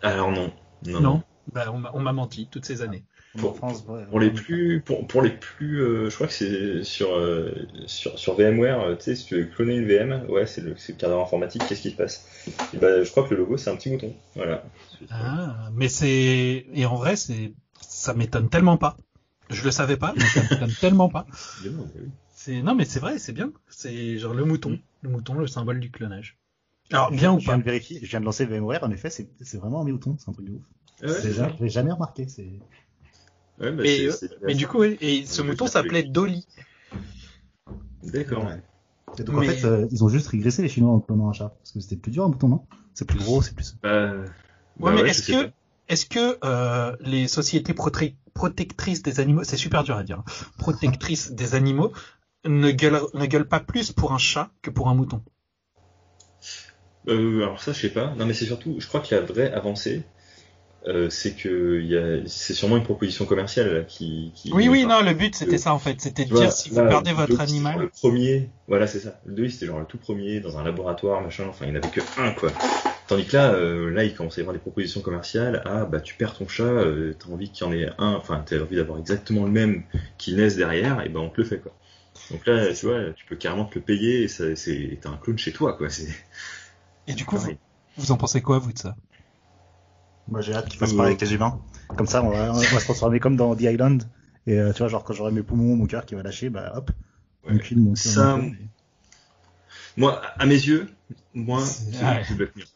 Alors non, non.
Non. Bah, on m'a- on m'a menti toutes ces années.
Pour-
France, ouais,
Pour les plus, pour, pour les plus, euh, je crois que c'est sur, euh, sur sur VMware, euh, tu sais, si tu veux cloner une VM, ouais, c'est le, c'est le cadre informatique. Qu'est-ce qui se passe Et bah, je crois que le logo, c'est un petit mouton. Voilà.
Ah, mais c'est. Et en vrai, c'est. Ça m'étonne tellement pas. Je le savais pas, mais ça m'étonne tellement pas.
Mais non, mais oui.
C'est non mais c'est vrai, c'est bien. C'est genre le mouton,
Mm.
le mouton, le symbole du clonage.
Ah,
Alors bien ou
Je viens
pas
de vérifier, je viens de lancer VMware, en effet, c'est c'est vraiment un mouton, c'est un truc de ouf.
Ah ouais,
C'est jamais- je l'ai jamais remarqué. c'est-
Ouais, bah,
Mais,
c'est-
euh,
c'est-
Mais du coup, oui, et ce mouton s'appelait Dolly.
D'accord. ouais.
Et Donc en
Mais-
fait, euh, ils ont juste régressé les Chinois en clonant un chat. Parce que c'était plus dur un mouton, non C'est plus gros, c'est plus.
Bah, bah
Ouais, mais
ouais, je
est-ce
sais
que
pas.
est-ce que euh, les sociétés proté- protectrices des animaux, c'est super dur à dire, hein, protectrices des animaux ne gueulent, ne gueulent pas plus pour un chat que pour un mouton.
Euh, alors ça, je sais pas. Non, mais c'est surtout, je crois que la vraie avancée, euh, c'est que il y a, c'est sûrement une proposition commerciale là, qui, qui.
Oui oui
enfin,
non, le but c'était ça en fait, c'était de
Tu vois,
dire si vous
Euh, bah, là,
perdez
le
votre
Dolly, c'était genre
animal.
Le premier, voilà, c'est ça. Le 2, c'était genre le tout premier dans un laboratoire, machin. Enfin, il n'y en avait que un, quoi. Tandis que là, euh, là, il commençait à y avoir des propositions commerciales. Ah, bah, tu perds ton chat, euh, t'as envie qu'il y en ait un, enfin, t'as envie d'avoir exactement le même qui naisse derrière, et ben, on te le fait, quoi. Donc là, tu vois, tu peux carrément te le payer, et ça- c'est, t'as un clone chez toi, quoi. C'est
Et du coup, vous,
pareil.
vous en pensez quoi vous de ça
Moi j'ai hâte qu'ils fassent pareil avec les humains. Comme ça, on va, on va se transformer comme dans The Island. Et euh, tu vois, genre quand j'aurai mes poumons, mon cœur qui va lâcher, bah hop,
Ouais.
mon cul, mon cœur,
Ça,
mon cœur.
Moi, à mes yeux, moi,
C'est-
c'est
ah
le Black Mirror.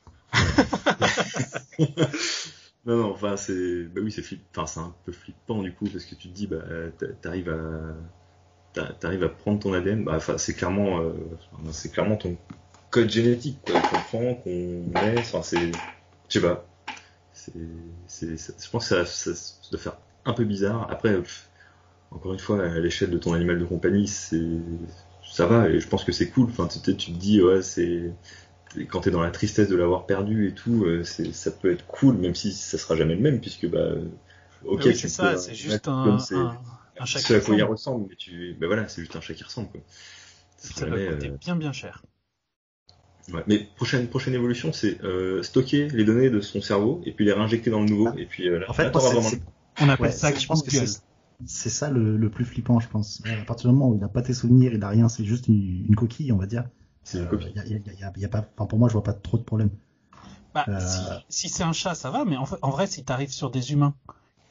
non, non, enfin, c'est, bah oui, c'est flipp- enfin, c'est un peu flippant du coup parce que tu te dis, bah, t'a- t'arrives à, t'a- t'arrives à prendre ton ADN, bah, enfin, c'est clairement, euh, enfin, c'est clairement ton code génétique, quoi, qu'on prend, qu'on laisse, enfin, c'est, je sais pas, c'est, c'est, c'est- je pense que ça, ça, ça doit faire un peu bizarre. Après, pff, encore une fois, à l'échelle de ton animal de compagnie, c'est, ça va et je pense que c'est cool enfin tu, tu- tu te dis ouais c'est quand t'es dans la tristesse de l'avoir perdu et tout euh, c'est ça peut être cool même si ça sera jamais le même puisque bah euh, ok
Ah oui, c'est
tu peux,
ça,
euh,
c'est juste
mettre
un,
comme c'est
un, un chat
ce
qui
à quoi il
ressemble.
ressemble mais tu bah voilà c'est juste un chat qui ressemble quoi Ce
Ça
sera
va
jamais,
coûter
euh,
bien bien cher.
ouais. mais prochaine prochaine évolution c'est euh, stocker les données de son cerveau et puis les réinjecter dans le nouveau
Ah.
et puis euh, là,
En fait,
là,
moi,
t'auras
c'est-
vraiment
c'est-
On appelle
ouais,
ça
c'est- je pense que
Google.
c'est c'est ça le, le plus flippant, je pense. À partir du moment où il n'a pas tes souvenirs, il n'a rien, c'est juste une, une coquille, on va dire.
c'est une
Euh,
copie
y a- y a- y a- y a- y a pas, enfin, pour moi, je vois pas trop de problème.
Bah,
Euh,
Si, si c'est un chat, ça va, mais en, fait- en vrai, si t'arrives sur des humains,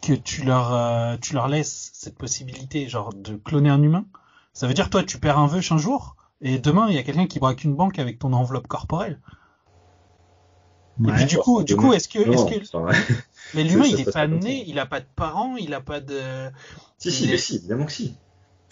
que tu leur, euh, tu leur laisses cette possibilité, genre, de cloner un humain, ça veut dire, toi, tu perds un vœu un jour, et demain, il y a quelqu'un qui braque une banque avec ton enveloppe corporelle. et
Ouais.
puis, du coup, du coup, est-ce que,
non,
est-ce que,
c'est pas vrai.
mais l'humain,
ça
il
se
est
passe
pas
pas comme ça.
né, il a pas de parents, il a pas de,
Si, si,
Mais-
mais si, évidemment que si.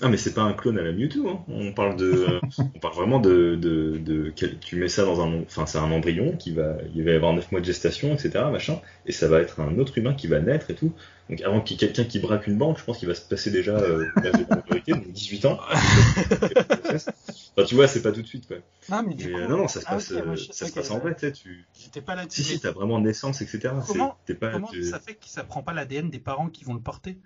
Ah, mais c'est pas un clone à la Mewtwo. Hein. On parle de, on parle vraiment de, de, de quel- tu mets ça dans un, enfin, c'est un embryon qui va, il va y avoir 9 mois de gestation, etc., machin, et ça va être un autre humain qui va naître et tout. Donc, avant qu'il y ait quelqu'un qui braque une banque, je pense qu'il va se passer déjà euh, l'âge de la majorité, donc 18 ans. enfin, tu vois, c'est pas tout de suite, quoi.
non, mais du
Mais,
coup,
euh, non, non, ça se
ah,
passe,
ok, moi,
euh,
je sais
ça se
pas
passe
quelle-
en vrai, tu sais, tu,
j'étais pas là-dessus.
si, si, t'as vraiment naissance, etc. C'est-
Comment-
T'es pas,
Comment
tu-
ça fait que ça prend pas l'ADN des parents qui vont le porter?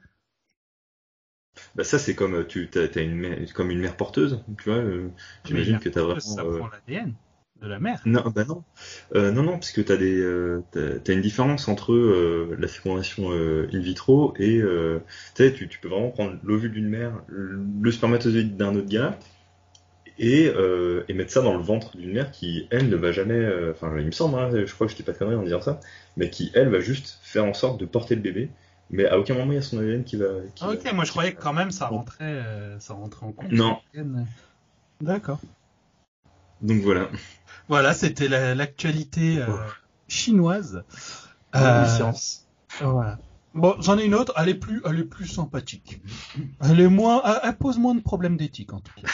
Bah ça c'est comme euh, tu t'as, t'as une mère, comme une mère porteuse, tu vois. euh,
J'imagine
j'imagine que t'as vraiment.
Ça
euh,
prend l'ADN de la mère.
Non, bah non, Euh, non, non, parce que t'as des, euh, t'as, t'as une différence entre euh, la fécondation euh, in vitro et, euh, tu sais, tu, tu peux vraiment prendre l'ovule d'une mère, le spermatozoïde d'un autre gars et, euh, et mettre ça dans le ventre d'une mère qui elle ne va jamais, euh, enfin il me semble, hein, je crois que je dis pas de conneries en disant ça, mais qui elle va juste faire en sorte de porter le bébé, mais à aucun moment il y a son ADN qui va. qui
Ah, ok,
va-
moi je croyais que quand même ça
Mm. Bon.
rentrait, euh, ça rentrait en compte.
Non,
D'accord.
donc voilà.
Voilà, c'était la- l'actualité euh, chinoise.
Ah
Euh, voilà. Bon, j'en ai une autre. Elle est plus, elle est plus sympathique. Elle est moins, elle, elle pose moins de problèmes d'éthique en tout cas.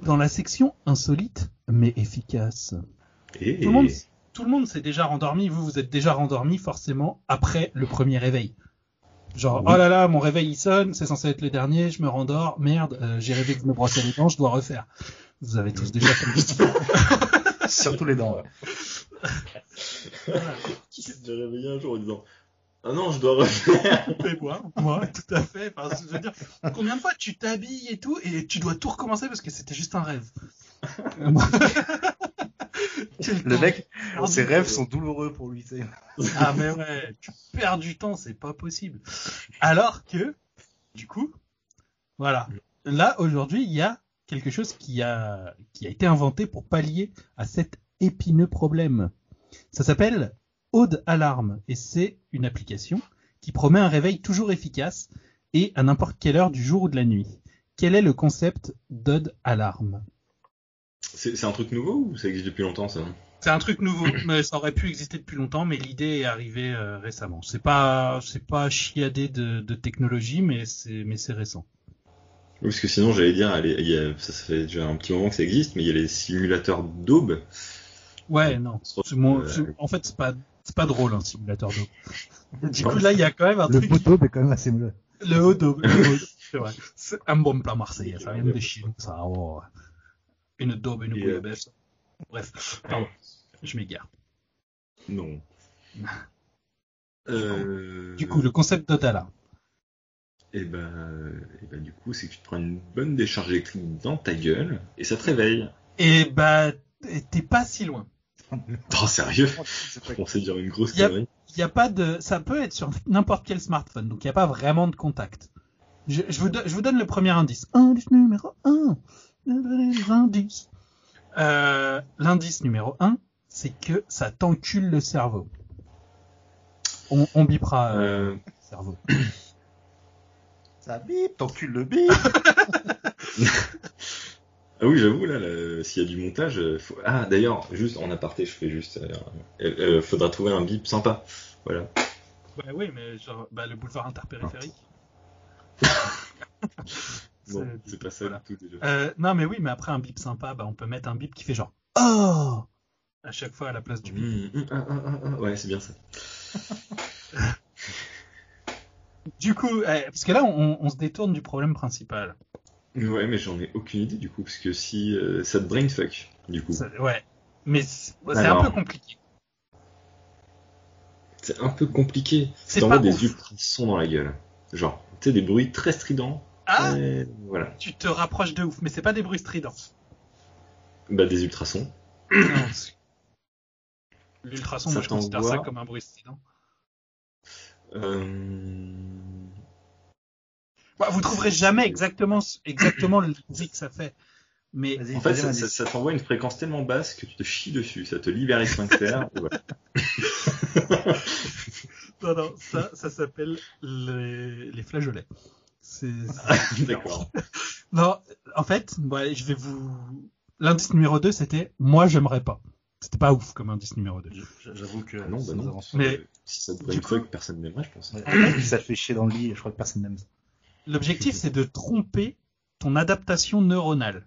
Dans la section insolite mais efficace.
Et...
Tout le monde, tout le monde s'est déjà rendormi. Vous, vous êtes déjà rendormi forcément après le premier réveil. Genre,
Oui.
oh là là, mon réveil il sonne, c'est censé être le dernier, je me rendors, merde, euh, j'ai rêvé que je me brossais les dents, je dois refaire. Vous avez tous déjà fait le
Surtout les dents. ouais.
Qui s'est déjà réveillé un jour en disant Ah non, je dois refaire
Mais moi, moi, tout à fait. Enfin, je veux dire, combien de fois tu t'habilles et tout, et tu dois tout recommencer parce que c'était juste un rêve. Quel
Le
temps
mec,
perdu.
ses rêves sont douloureux pour lui. tu sais.
Ah mais ouais, tu perds du temps, c'est pas possible. Alors que, du coup, voilà. Là, aujourd'hui, il y a quelque chose qui a, qui a été inventé pour pallier à cet épineux problème. Ça s'appelle Aude Alarme et c'est une application qui promet un réveil toujours efficace et à n'importe quelle heure du jour ou de la nuit. Quel est le concept d'Aude Alarme
C'est c'est un truc nouveau ou ça existe depuis longtemps ça
C'est un truc nouveau, mais ça aurait pu exister depuis longtemps, mais l'idée est arrivée euh, récemment. C'est pas, c'est pas chiadé de, de technologie, mais c'est, mais c'est récent.
Oui, parce que sinon, j'allais dire, allez, il y a- ça, ça fait déjà un petit moment que ça existe, mais il y a les simulateurs d'aube.
Ouais, non.
On se retrouve,
C'est mon-
euh,
c'est- en fait, c'est pas, c'est pas drôle un simulateur d'eau. Du coup,
Non.
là, il y a quand même un
Le
truc.
poteau est quand même assez molle.
Le haut d'eau. le haut d'eau, C'est vrai. C'est un bon plat marseillais. Ça vient de chez nous, ça. oh. Une daube, une
Et, euh,
bouillabaisse. Bref, pardon. Je m'égare.
Non. Euh,
Du coup, le concept d'Otala.
Et ben, eh ben, du coup, c'est que tu te prends une bonne décharge électrique dans ta gueule et ça te réveille.
Et bah, t'es pas si loin.
Oh, sérieux
C'est pas-
Je pensais dire une grosse
Il y a-
connerie.
il y a pas de, ça peut être sur n'importe quel smartphone, donc il n'y a pas vraiment de contact. Je, je vous, do- je vous donne le premier indice. Indice numéro 1. L'indice. Euh, L'indice numéro 1, c'est que ça t'encule le cerveau. On, on bipera euh,
Euh,
le cerveau.
Ça bip, t'encules le bip.
Ah oui, j'avoue, là, là, s'il y a du montage. euh, faut- Ah, d'ailleurs, juste en aparté, je fais juste. euh, euh, euh, faudra trouver un bip sympa. Voilà.
Bah oui, mais genre, bah, le boulevard interpériphérique.
Bon,
C'est-
c'est pas ça
voilà.
du tout déjà.
Euh, non, mais oui, mais après un bip sympa, bah, on peut mettre un bip qui fait genre Oh à chaque fois à la place du bip.
Mmh, mmh, ah, ah, ah, ah, ouais, c'est bien ça.
Du coup, euh, parce que là, on- on se détourne du problème principal.
Ouais, mais j'en ai aucune idée du coup, parce que si euh, ça te brainfuck, du coup,
Ça- ouais. Mais c'est c'est un
Alors.
peu compliqué.
c'est un peu compliqué.
C'est
T'envoies
pas ouf.
des ultrasons dans la gueule. Genre, tu sais, des bruits très stridents.
Ah,
très- Voilà.
tu te rapproches de ouf, mais c'est pas des bruits stridents.
Bah, des ultrasons.
Non, c'est- L'ultrason,
Ça
moi je considère
t'envoie.
ça comme un bruit strident.
Euh...
Bah, vous trouverez jamais exactement ce- exactement le bruit que ça fait. Mais
Vas-y,
En fait,
vas-y,
ça,
vas-y.
ça- ça t'envoie une fréquence tellement basse que tu te chies dessus. Ça te libère les sphincters. et voilà.
non, non, ça, ça s'appelle les, les flageolets. C'est
D'accord.
Non, en fait, bon, allez, je vais vous. L'indice numéro 2, c'était Moi, j'aimerais pas. C'était pas ouf comme indice numéro 2.
J'avoue que
Ah non, bah
ça nous
non.
avance.
Mais-
Si ça te
Du
brainfuck, personne n'aimerait, je pense.
Ouais. ça te fait chier dans le lit et je crois que personne n'aime ça.
L'objectif, c'est de tromper ton adaptation neuronale.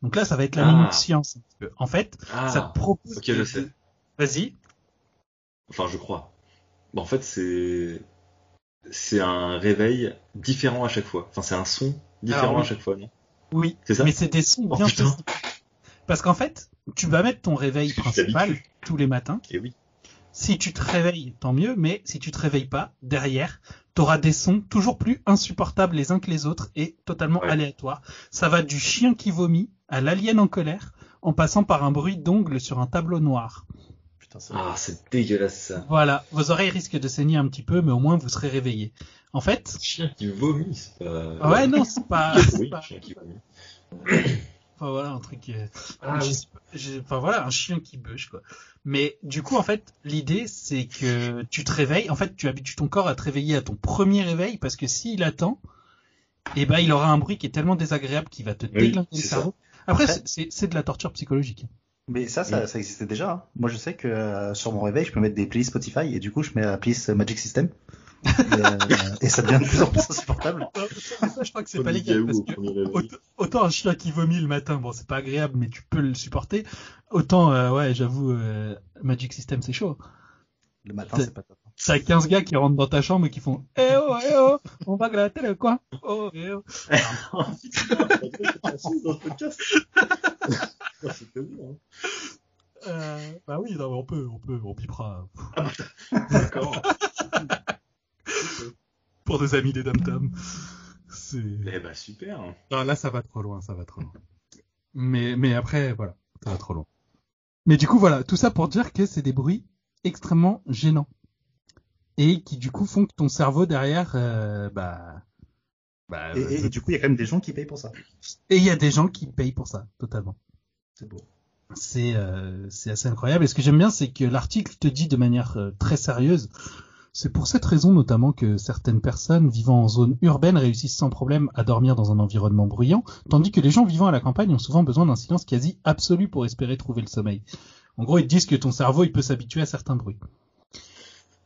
Donc là, ça va être la
Ah.
minute science. un petit peu. En fait, ça
Ah,
te propose.
ok, je
de-
sais.
Vas-y.
Enfin, je crois. Bon, en fait, c'est c'est un réveil différent à chaque fois. Enfin, c'est un son différent
Alors, Ah oui.
à chaque fois, non
Oui.
C'est ça
Mais c'est des sons
Oh,
bien
putain.
spécifiques. Parce qu'en fait, tu vas mettre ton réveil
Tu
principal tous les matins.
Et Eh oui.
Si tu te réveilles, tant mieux. Mais si tu te réveilles pas, derrière, t'auras des sons toujours plus insupportables les uns que les autres et totalement
Ouais.
aléatoires. Ça va du chien qui vomit à l'alien en colère, en passant par un bruit d'ongle sur un tableau noir.
Putain, ça.
Ah, c'est dégueulasse ça.
Voilà, vos oreilles risquent de saigner un petit peu, mais au moins vous serez réveillés. En fait,
Chien qui vomit, c'est
ah
pas.
ouais, non, c'est pas, c'est
Oui,
pas-
chien qui vomit.
enfin voilà, un truc. euh,
Ah
je
oui.
sais pas, je- enfin voilà, un chien qui bûche quoi. Mais du coup, en fait, l'idée c'est que tu te réveilles. En fait, tu habitues ton corps à te réveiller à ton premier réveil parce que s'il attend, eh ben il aura un bruit qui est tellement désagréable qu'il va te déglinguer le
c'est ça.
cerveau. Après,
Après-
c'est- c'est c'est de la torture psychologique. hein.
Mais ça, ça, ça existait déjà. hein. Moi, je sais que euh, sur mon réveil, je peux mettre des playlists Spotify et du coup, je mets la playlist euh, Magic System. et, euh, et ça devient de plus en plus insupportable.
Euh, Ça, je crois que c'est
Comme
pas légal
Yahoo
parce
au
que
premier réveil.
Autant- Autant un chien qui vomit le matin, bon, c'est pas agréable, mais tu peux le supporter. Autant, euh, ouais, j'avoue, euh, Magic System, c'est chaud.
Le matin, c'est pas top.
T'as 15 gars qui rentrent dans ta chambre et qui font Eh oh, eh oh, on va gratter le coin. Oh, eh oh.
Ah, dans ce podcast. C'est que vous, hein.
Euh, bah oui, non, mais on peut, on peut, on pipera.
D'accord.
Pour des amis des dam C'est.
Eh bah super.
Non, là, ça va trop loin, ça va trop loin. Mais, mais après, voilà, ça va trop loin. Mais du coup, voilà, tout ça pour dire que c'est des bruits extrêmement gênants. Et qui, du coup, font que ton cerveau derrière, euh, bah, bah,
Et, et- et du coup, il y a quand même des gens qui payent pour ça.
et il y a des gens qui payent pour ça, totalement.
C'est beau.
C'est euh, c'est assez incroyable. Et ce que j'aime bien, c'est que l'article te dit de manière euh, très sérieuse. C'est pour cette raison notamment que certaines personnes vivant en zone urbaine réussissent sans problème à dormir dans un environnement bruyant, tandis que les gens vivant à la campagne ont souvent besoin d'un silence quasi absolu pour espérer trouver le sommeil. En gros, ils disent que ton cerveau, il peut s'habituer à certains bruits.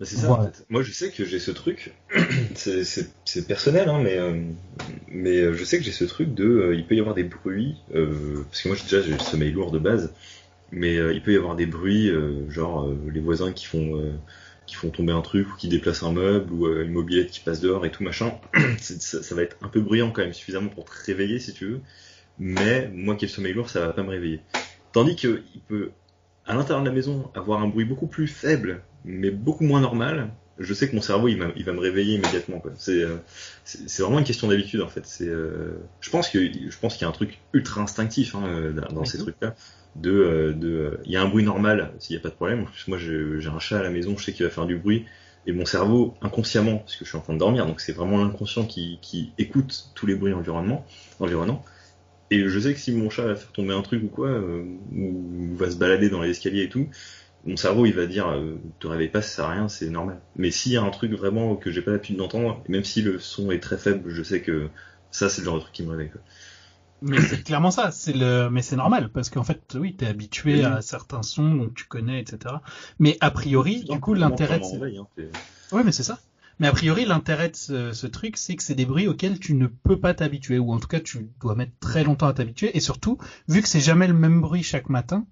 Bah, c'est ça.
Voilà.
en fait. Moi, je sais que j'ai ce truc. C'est- C'est c'est personnel, hein, mais euh, mais euh, je sais que j'ai ce truc de. euh, il peut y avoir des bruits. euh, parce que moi, j'ai- déjà, j'ai le sommeil lourd de base. Mais euh, il peut y avoir des bruits, euh, genre euh, les voisins qui font euh, qui font tomber un truc ou qui déplacent un meuble ou euh, une mobilette qui passe dehors et tout machin. C'est- ça, ça va être un peu bruyant quand même, suffisamment pour te réveiller si tu veux. Mais moi qui ai le sommeil lourd, ça va pas me réveiller. Tandis que il peut à l'intérieur de la maison avoir un bruit beaucoup plus faible, mais beaucoup moins normal, je sais que mon cerveau il, m'a- il va me réveiller immédiatement. quoi. C'est euh, c'est- c'est vraiment une question d'habitude en fait. C'est euh, je pense que je pense qu'il y a un truc ultra instinctif hein, euh, dans, dans ces trucs-là. De, euh, de, euh, il y a un bruit normal s'il n'y a pas de problème. En plus, moi j'ai j'ai un chat à la maison, je sais qu'il va faire du bruit. Et mon cerveau, inconsciemment, parce que je suis en train de dormir, donc c'est vraiment l'inconscient qui, qui écoute tous les bruits environnement, environnants. Et je sais que si mon chat va faire tomber un truc ou quoi, euh, ou va se balader dans les escaliers et tout, mon cerveau il va dire euh, te réveille pas, ça sert à rien, c'est normal. Mais s'il y a un truc vraiment que j'ai pas l'habitude d'entendre, et même si le son est très faible, je sais que ça c'est le genre de truc qui me réveille. quoi.
Mais c'est clairement ça, c'est le mais c'est normal parce qu'en fait oui, t'es habitué à certains sons donc tu connais etc. Mais a priori, du coup, l'intérêt de
Ça
ces-
me réveille, hein, c'est-
Ouais, mais c'est ça. Mais a priori, l'intérêt de ce, ce truc, c'est que c'est des bruits auxquels tu ne peux pas t'habituer, ou en tout cas, tu dois mettre très longtemps à t'habituer. Et surtout, vu que c'est jamais le même bruit chaque matin,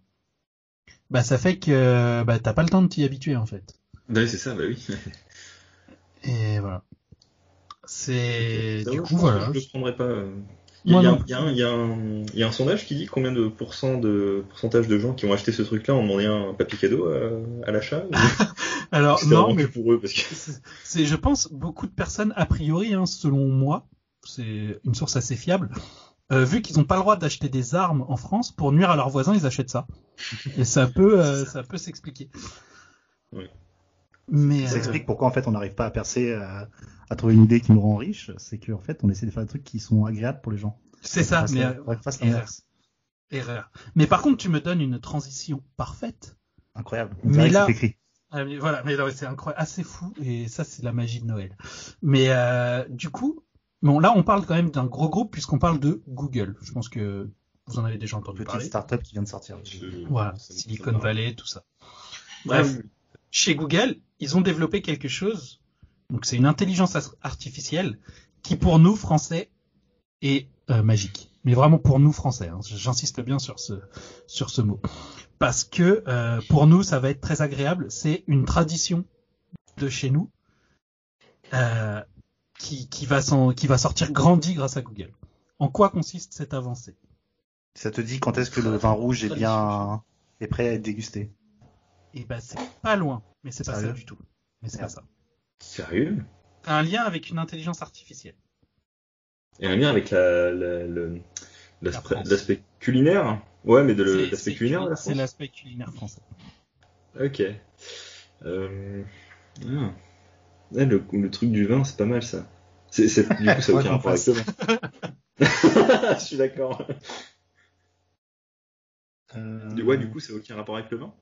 bah ça fait que euh, bah t'as pas le temps de t'y habituer en fait.
Ouais, c'est ça, bah oui.
Et voilà. C'est
Ça,
du
moi,
coup
je pense que
voilà.
Je le prendrais pas. euh. Il y,
Moi
a-
non
il y a un- il y a un- il y a un sondage qui dit combien de, pourcent de pourcentage de gens qui ont acheté ce truc-là ont demandé un papier cadeau à, à l'achat ou-
Alors
C'était
Ah, non,
vraiment
mais
que pour eux parce que
C'est- C'est, je pense, beaucoup de personnes, a priori, hein, selon moi, c'est une source assez fiable, euh, vu qu'ils n'ont pas le droit d'acheter des armes en France, pour nuire à leurs voisins, ils achètent ça. Et ça peut, euh, ça peut s'expliquer.
Ouais.
Mais
Ça
euh,
explique pourquoi en fait on n'arrive pas à percer. euh,
À trouver une idée qui nous rend riche, c'est qu'en fait, on essaie de faire des trucs qui sont agréables pour les gens.
c'est ça, mais euh,
Faudrait que fasse
erreur.
l'inverse.
erreur. Mais par contre, tu me donnes une transition parfaite.
Incroyable.
Mais
Direct,
là-
c'est écrit.
Ah, mais voilà, mais non, mais c'est incroyable, assez fou, et ça c'est la magie de Noël. Mais euh, du coup, bon là on parle quand même d'un gros groupe puisqu'on parle de Google. Je pense que vous en avez déjà entendu
Petite
parler.
start-up qui vient de sortir.
Voilà,
Ça me- ça
Silicon
me parle.
Valley, tout ça. Bref,
Ouais, oui.
chez Google, ils ont développé quelque chose. Donc c'est une intelligence as- artificielle qui pour nous français est euh, magique. Mais vraiment pour nous français, hein. j'insiste bien sur ce sur ce mot parce que euh, pour nous ça va être très agréable. C'est une tradition de chez nous euh, qui qui va s'en- qui va sortir grandi grâce à Google. En quoi consiste cette avancée
Ça te dit quand est-ce que le vin rouge est bien est prêt à être dégusté.
Et ben c'est pas loin, mais c'est pas
Ah
ça
Sérieux
du tout. Mais c'est pas
Merde.
ça.
Sérieux
T'as un lien avec une intelligence artificielle.
Et un lien avec la, la- le- l'aspect,
France.
l'aspect culinaire Ouais, mais de le-
C'est-
l'aspect
c'est
culinaire,
culi-
la
C'est
France
l'aspect culinaire français.
Ok. Euh... ah. Ouais, le, le truc du vin, c'est pas mal ça. C'est, c'est- Du coup, ça n'a
Ouais,
aucun
qu'on
rapport avec
fasse.
le vin. Je suis d'accord.
Euh,
Ouais, du coup, ça n'a aucun rapport avec le vin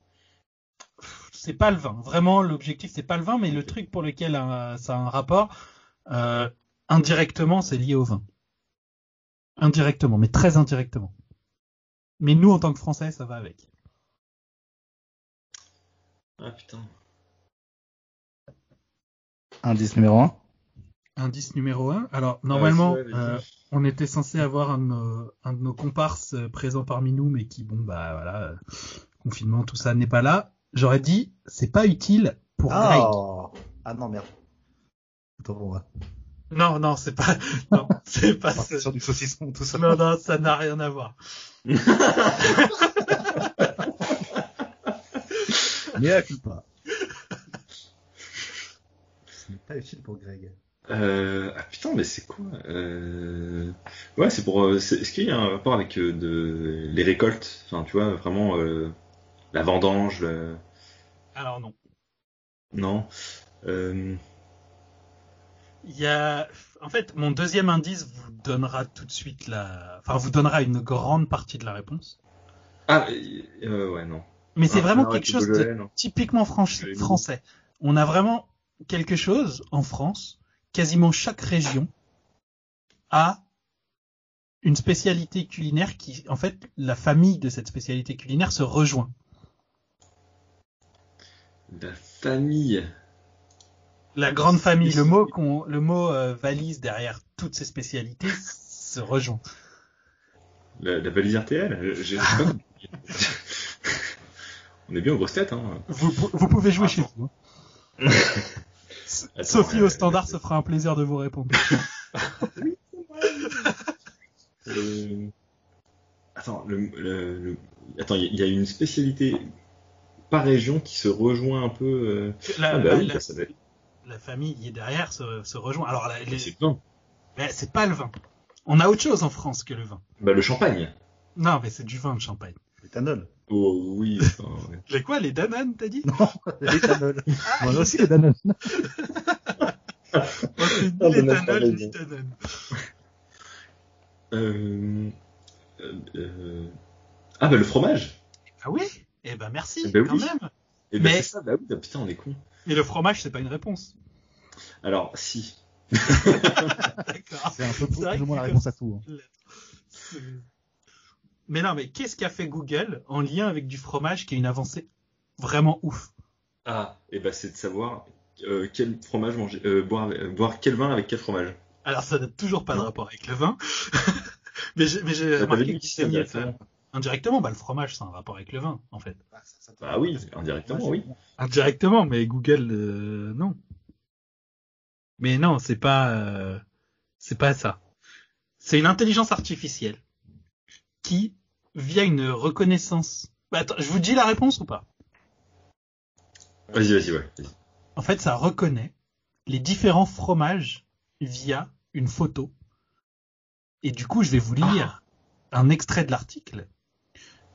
C'est pas le vin. Vraiment, l'objectif c'est pas le vin, mais le truc pour lequel euh, ça a un rapport euh, indirectement, c'est lié au vin. Indirectement, mais très indirectement. Mais nous, en tant que Français, ça va avec.
Ah putain.
Indice numéro 1.
Indice numéro un. Alors, normalement,
Ouais, Ah, c'est vrai,
euh,
vas-y.
on était censé avoir un de nos, un de nos comparses euh, présents parmi nous, mais qui, bon, bah voilà, euh,
Ah.
confinement, tout ça n'est pas là. J'aurais dit, c'est pas utile pour Drake.
Ah non, merde.
Attends, on va
Non, non, c'est pas, non, c'est pas ça.
partir sur du saucisson, tout ça.
Non, non, ça n'a rien à voir.
Mea culpa.
Ce n'est pas utile pour Greg.
Euh, ah putain, mais c'est quoi euh... Ouais, c'est pour. euh, c'est- Est-ce qu'il y a un rapport avec euh, de... les récoltes Enfin, tu vois, vraiment euh, la vendange, le-
Alors non.
non euh...
Il y a, en fait, mon deuxième indice vous donnera tout de suite la, enfin, vous donnera une grande partie de la réponse.
Ah, euh, ouais, non.
Mais c'est
Ah,
vraiment
non,
quelque
avec
chose
le
de
Beaujolais, non.
typiquement franch-
J'avais oublié.
français. On a vraiment quelque chose en France, quasiment chaque région a une spécialité culinaire qui, en fait, la famille de cette spécialité culinaire se rejoint.
La famille.
La grande famille, le mot qu'on, le mot euh, valise derrière toutes ces spécialités se rejoint.
La, la valise RTL J'ai- j'ai pas compris. On est bien aux grosses têtes, hein.
Vous, pou- vous pouvez jouer chez vous. hein.
Attends,
Sophie
euh,
au standard se fera un plaisir de vous répondre.
Euh, Attends, le, le- le- Attends, il y, a- il y a une spécialité par région qui se rejoint un peu. euh,
La,
Ah bah oui,
la-
bah, ça doit être-
la famille qui est derrière se, se rejoint. Alors, la- les-
c'est bien.
Mais c'est pas le vin. On a autre chose en France que le vin.
Bah, le champagne.
Non, mais c'est du vin de champagne.
L'éthanol.
Oh oui. attends, ouais.
Les quoi, les Danone, t'as dit
L'éthanol.
Moi aussi, les Danone.
Moi, c'est
Ah,
ni
Danone,
l'éthanol,
pardon.
ni Danone.
Euh, euh, euh, Ah bah le fromage.
Ah oui Eh ben merci,
Eh ben
quand
oui.
même.
Et
Mais-
c'est ça. Bah oui, bah, putain, on est con.
Mais le fromage, c'est pas une réponse.
Alors si.
D'accord.
C'est un peu
C'est vrai
plus ou moins la
que-
réponse à tout. hein.
C'est- Mais non, mais qu'est-ce qu'a fait Google en lien avec du fromage qui est une avancée vraiment ouf
Ah. Et bah c'est de savoir euh, quel fromage manger, euh, boire, avec- euh, boire quel vin avec quel fromage.
Alors, ça n'a toujours pas de
Non.
rapport avec le vin. mais j'ai mais j'ai
Bah, t'avais
remarqué
dit
que
que
c'est
c'était
mis
indirectement.
indirectement. Bah, le fromage, c'est un rapport avec le vin, en fait.
Bah oui, indirectement oui.
Indirectement, mais Google, euh, non. Mais non, c'est pas, euh, c'est pas ça. C'est une intelligence artificielle qui, via une reconnaissance. Bah, attends, je vous dis la réponse ou pas
Vas-y, vas-y, ouais. vas-y.
En fait, ça reconnaît les différents fromages via une photo. Et du coup, je vais vous lire un extrait de l'article.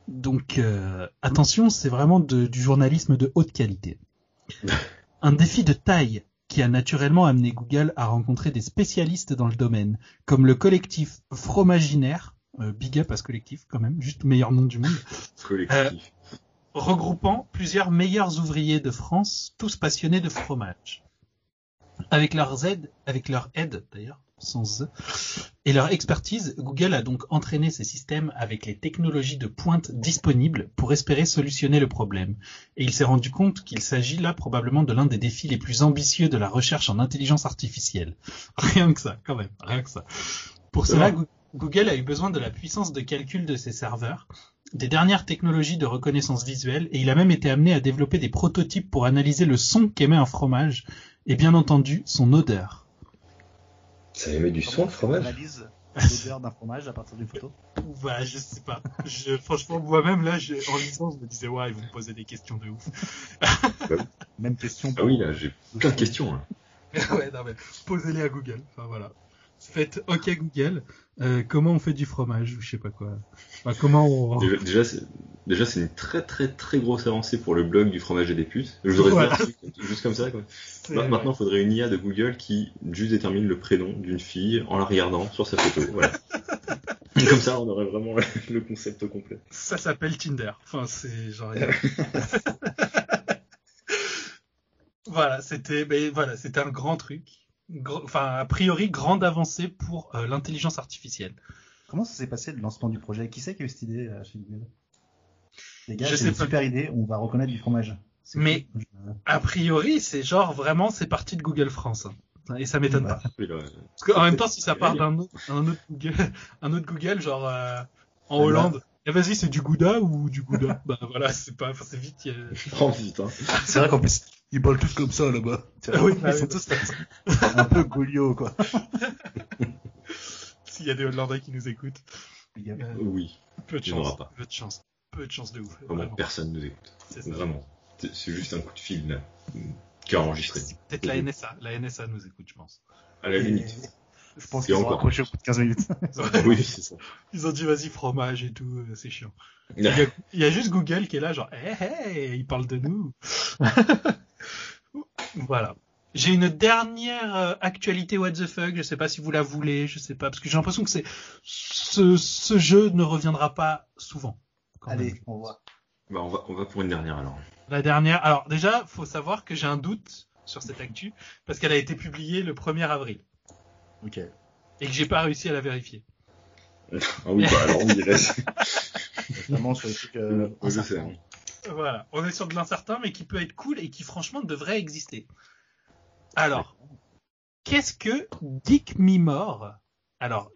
Donc, euh, attention, c'est vraiment de- du journalisme de haute qualité. Un défi de taille qui a naturellement amené Google à rencontrer des spécialistes dans le domaine, comme le collectif Fromaginaire, euh, big up à ce collectif quand même, juste meilleur nom du monde,
Collectif.
regroupant plusieurs meilleurs ouvriers de France, tous passionnés de fromage. Avec leurs aides, avec leur aide d'ailleurs, sans E, et leur expertise, Google a donc entraîné ses systèmes avec les technologies de pointe disponibles pour espérer solutionner le problème. Et il s'est rendu compte qu'il s'agit là probablement de l'un des défis les plus ambitieux de la recherche en intelligence artificielle. Rien que ça, quand même, rien que ça. Pour cela, Goo- Google a eu besoin de la puissance de calcul de ses serveurs des dernières technologies de reconnaissance visuelle et il a même été amené à développer des prototypes pour analyser le son qu'émet un fromage et bien entendu son odeur.
Ça émet du son le fromage.
Analyse l'odeur d'un fromage à partir d'une photo.
Bah, je sais pas. Je, franchement, moi-même, là, je, en lisant, je me disais, ouais, ils vont me poser des questions de ouf.
Même question.
Ah
pour-
oui, là, j'ai plein de questions. hein. là.
ouais, non, mais posez-les à Google. Enfin, voilà. Faites, ok, Google, euh, comment on fait du fromage ou je sais pas quoi. Enfin, comment on.
Déjà, déjà, c'est- déjà, c'est une très très très grosse avancée pour le blog du fromage et des putes. Je voudrais
Voilà.
dire juste- juste comme ça. Quoi.
C'est-
Ma- Maintenant, il faudrait une IA de Google qui juste détermine le prénom d'une fille en la regardant sur sa photo. Voilà. comme ça, on aurait vraiment le concept au complet.
Ça s'appelle Tinder. Enfin, c'est genre. voilà, c'était, ben voilà, c'était un grand truc. Gr- Enfin, a priori, grande avancée pour euh, l'intelligence artificielle.
Comment ça s'est passé le lancement du projet Qui c'est qui a eu cette idée euh, chez Google Les gars,
Je
c'est
sais
une
pas.
super idée, on va reconnaître du fromage. C'est
Mais-
cool.
A priori, c'est genre vraiment, c'est parti de Google France. hein. Et ça m'étonne
Bah,
pas.
Oui, là,
Parce qu'en même temps, si ça part d'un autre, un autre Google, un autre Google, genre euh, en Hollande, Ah, vas-y, c'est du gouda ou du gouda Bah voilà, c'est pas, c'est vite. il y a-
Oh putain.
C'est vrai qu'en plus, ils boivent tous comme ça là-bas.
Ah oui,
ils sont tous un peu gouliot, quoi.
S'il y a des Hollandais qui nous écoutent, euh,
Oui.
peu de
Il y en aura
chance,
pas.
peu de chance, peu de chance de ouf.
Vraiment,
vraiment,
personne nous écoute.
c'est ça.
Vraiment. C'est c'est juste un coup de fil là, qui a enregistré.
C'est Peut-être la NSA, la NSA nous écoute, je pense.
À la limite.
Je pense
Et
qu'ils ont
encore.
raccroché au bout de 15 minutes.
Oui, c'est ça.
Ils ont dit vas-y fromage et tout, euh, c'est chiant. Il y,
Bah,
a, il y a juste Google qui est là, genre, hey, hey, ils parlent de nous. voilà. J'ai une dernière euh, actualité What the fuck. Je sais pas si vous la voulez, je sais pas, parce que j'ai l'impression que c'est ce, ce jeu ne reviendra pas souvent. quand même.
Allez, on voit.
Bah, on, va, on va pour une dernière alors.
La dernière. Alors déjà, faut savoir que j'ai un doute sur cette actu parce qu'elle a été publiée le 1er avril
Ok.
et que j'ai pas réussi à la vérifier.
Ah oui, bah alors on y reste.
Vraiment sur les trucs. euh,
Oui, je sais. hein.
Voilà, on est sur de l'incertain, mais qui peut être cool et qui franchement devrait exister. Alors, qu'est-ce que Dick Mimor Alors,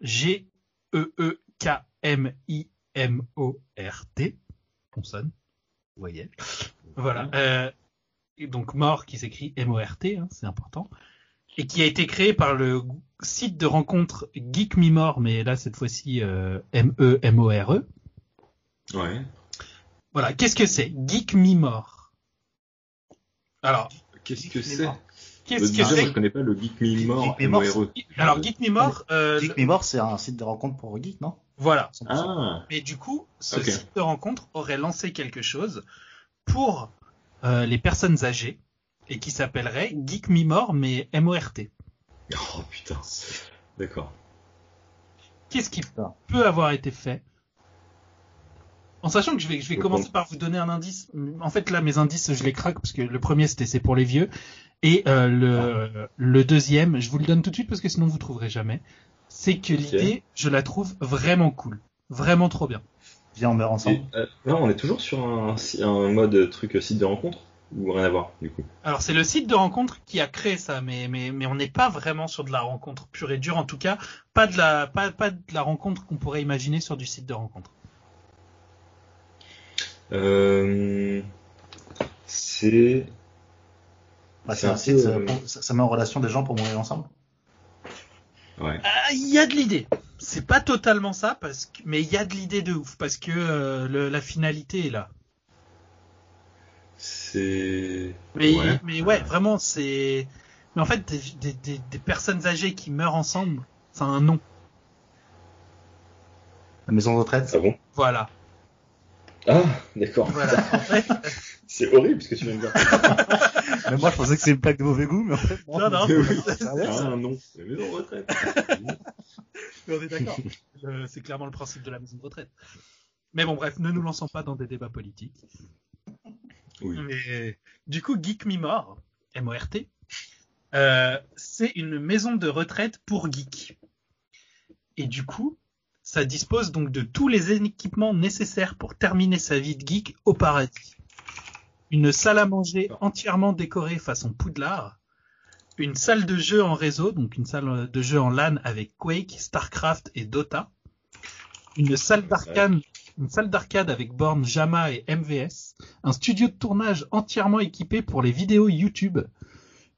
G-E-E-K-M-I-M-O-R-T, consonne, vous voyez. Voilà, euh, et donc mort qui s'écrit M-O-R-T, hein, c'est important, et qui a été créé par le site de rencontre Geek Mimor, mais là cette fois-ci euh, M-E-M-O-R-E.
Ouais.
Voilà, qu'est-ce que c'est Geek Mimor. Alors,
Qu'est-ce que c'est Bah,
qu'est-ce que
Déjà, moi, je
c'est
connais pas le Geek Me More.
Geek Me More,
MORE.
Alors, Geek Mimor, euh,
Geek Me More, c'est un site de rencontre pour geeks, non
voilà.
Ah,
Mais du coup, ce
Ok.
site de rencontre aurait lancé quelque chose pour euh, les personnes âgées et qui s'appellerait Geek Mimor, mais M-O-R-T.
oh putain. D'accord.
Qu'est-ce qui
Putain.
peut avoir été fait en sachant que je vais, je vais
Je
commencer par vous donner un indice. En fait, là, mes indices, je les craque parce que le premier, c'était c'est pour les vieux. Et euh, le, le deuxième, je vous le donne tout de suite parce que sinon, vous trouverez jamais. C'est que l'idée, je la trouve vraiment cool. Vraiment trop bien.
Viens, on meurt
Et,
ensemble.
euh, là, on est toujours sur un, un mode truc euh, site de rencontre ou rien à voir du coup
Alors, c'est le site de rencontre qui a créé ça, mais, mais, mais on n'est pas vraiment sur de la rencontre pure et dure. En tout cas, pas de la, pas, pas de la rencontre qu'on pourrait imaginer sur du site de rencontre.
euh, C'est.
Bah,
c'est
c'est
un
un site,
peu,
euh,
euh,
pour- ça ça met en relation des gens pour mourir ensemble.
Ouais.
Ah, Il y a de l'idée. C'est pas totalement ça, parce que... mais il y a de l'idée de ouf, parce que euh, le- la finalité est là.
C'est.
Mais
Ouais.
mais ouais vraiment, c'est. Mais en fait, des, des, des, des personnes âgées qui meurent ensemble, c'est un nom.
La maison de retraite.
Ah bon
Voilà.
Ah, d'accord.
Voilà. En fait,
C'est horrible ce que tu viens de dire.
Mais moi, je pensais que c'est une plaque de mauvais goût, mais en fait,
non, non,
Mais oui.
c'est-
Ah, un nom. La maison de retraite.
Mais on est d'accord. Le- C'est clairement le principe de la maison de retraite. Mais bon, bref, ne nous lançons pas dans des débats politiques.
Oui.
Mais, du coup, Geek Mimor, M-O-R-T, euh, c'est une maison de retraite pour geeks. Et du coup, ça dispose donc de tous les équipements nécessaires pour terminer sa vie de geek au paradis. Une salle à manger entièrement décorée façon poudlard, une salle de jeu en réseau, donc une salle de jeu en LAN avec Quake, StarCraft et Dota, une salle d'arcade, une salle d'arcade avec bornes Jama et MVS, un studio de tournage entièrement équipé pour les vidéos YouTube,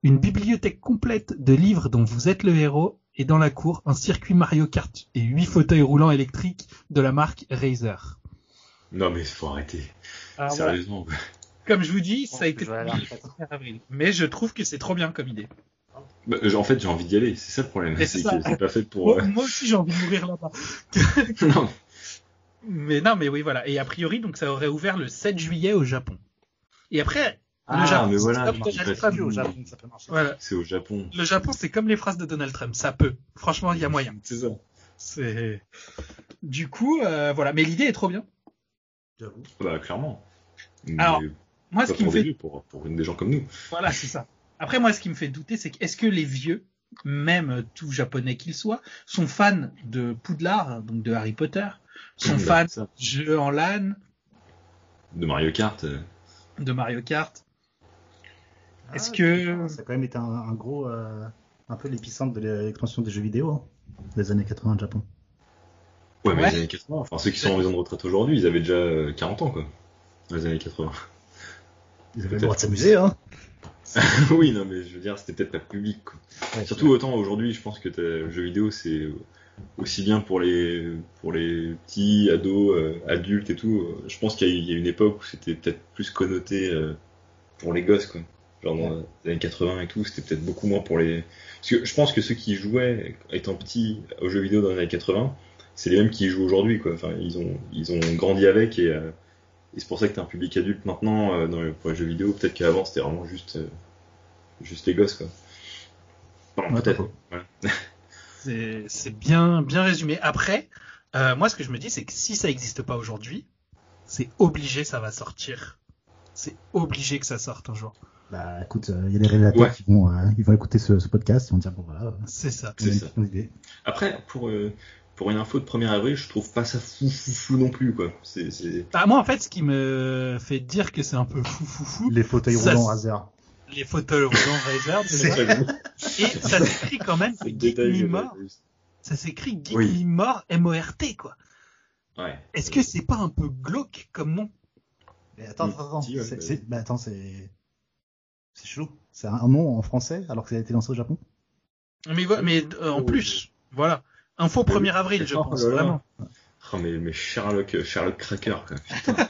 une bibliothèque complète de livres dont vous êtes le héros, et dans la cour, un circuit Mario Kart et huit fauteuils roulants électriques de la marque Razer.
Non, mais faut arrêter.
Ah,
Sérieusement. quoi.
Comme je vous dis, ça a été
Je vais aller à la
publié
retraite.
le 1er avril. Mais je trouve que c'est trop bien comme idée.
Bah, j- en fait, j'ai envie d'y aller. C'est ça le problème.
Mais c'est
C'est
ça.
que c'est pas fait pour.
Oh, Moi,
euh,
moi aussi, j'ai envie de mourir là-bas.
non.
Mais non, mais oui, voilà. Et a priori, donc ça aurait ouvert le 7 juillet au Japon. Et après,
Ah,
le Japon,
mais
c'est
voilà,
comme
je
Donald
dis pas
Trump.
Vu au Japon, ça peut marcher.
Voilà.
C'est au Japon.
Le Japon, c'est comme les phrases de Donald Trump, ça peut. Franchement, il y a moyen.
C'est ça.
C'est du coup, euh, voilà. Mais l'idée est trop bien.
Bah, clairement. Mais
Alors, Moi, ce
pas
qui me
pour
fait
des vieux, pour, pour des gens comme nous.
Voilà, c'est ça. Après, moi, ce qui me fait douter, c'est que est-ce que les vieux, même tout japonais qu'ils soient, sont fans de Poudlard, donc de Harry Potter, sont
Bah,
fans
c'est ça.
de jeux en LAN,
De Mario Kart. euh,
de Mario Kart Est-ce
Ah,
que
Ça a quand même été un, un gros, euh, un peu l'épicentre de l'expansion des jeux vidéo hein, des années 80 de Japon.
Ouais, mais
Ouais.
les années 80, enfin ceux qui sont en maison de retraite aujourd'hui, ils avaient déjà euh, 40 ans, quoi. Dans les années 80.
Ils avaient le
Peut-être.
droit de s'amuser, hein.
oui, non, mais je veux dire, c'était peut-être pas public, quoi. Surtout autant aujourd'hui, je pense que t'as- le jeu vidéo, c'est aussi bien pour les, pour les petits, ados, euh, adultes et tout. Je pense qu'il y, a eu- il y a une époque où c'était peut-être plus connoté euh, pour les gosses, quoi. Genre dans les années 80 et tout, c'était peut-être beaucoup moins pour les. Parce que je pense que ceux qui jouaient étant petits aux jeux vidéo dans les années 80, c'est les mêmes qui y jouent aujourd'hui, quoi. Enfin, ils ont, ils ont grandi avec et, euh, et c'est pour ça que t'as un public adulte maintenant euh, dans le- pour les jeux vidéo. Peut-être qu'avant c'était vraiment juste, euh, juste les gosses, quoi. Pardon,
Ouais,
peut-être.
C'est c'est bien, bien résumé. Après, euh, moi, ce que je me dis, c'est que si ça n'existe pas aujourd'hui, c'est obligé, ça va sortir. C'est obligé que ça sorte un jour.
Bah écoute, euh, il y a des réalisateurs
Ouais.
qui vont, euh, ils vont écouter ce, ce podcast, ils vont dire bon voilà, euh,
C'est ça.
on a
C'est
une
ça.
bonne idée.
Après, pour, euh, pour une info de 1er avril, je trouve pas ça fou fou fou non plus, quoi. C'est, c'est...
Bah, moi, en fait, ce qui me fait dire que c'est un peu fou fou fou,
Les fauteuils
Ça,
roulants
c'est-
hasard.
les fauteuils roulants Razer,
c'est
déjà.
très bon.
et ça s'écrit quand même
C'est le
Geek
détail que
Me
j'avais
More.
vu.
Ça s'écrit Geek
Oui.
Me More, M-O-R-T, quoi.
Ouais.
Est-ce que c'est pas un peu glauque comme nom
Mais attends, attends, attends.
Oui.
Attends, attends,
Si, ouais,
C'est-
bah
c'est- bah, attends, c'est. C'est chelou. C'est un nom en français alors que ça a été lancé au Japon
Mais, vo- mais euh, en
Oui.
plus, voilà. Info 1er avril, je
Oh
pense,
là là.
vraiment.
Oh, mais, mais Sherlock, euh, Sherlock Cracker, quoi. Putain.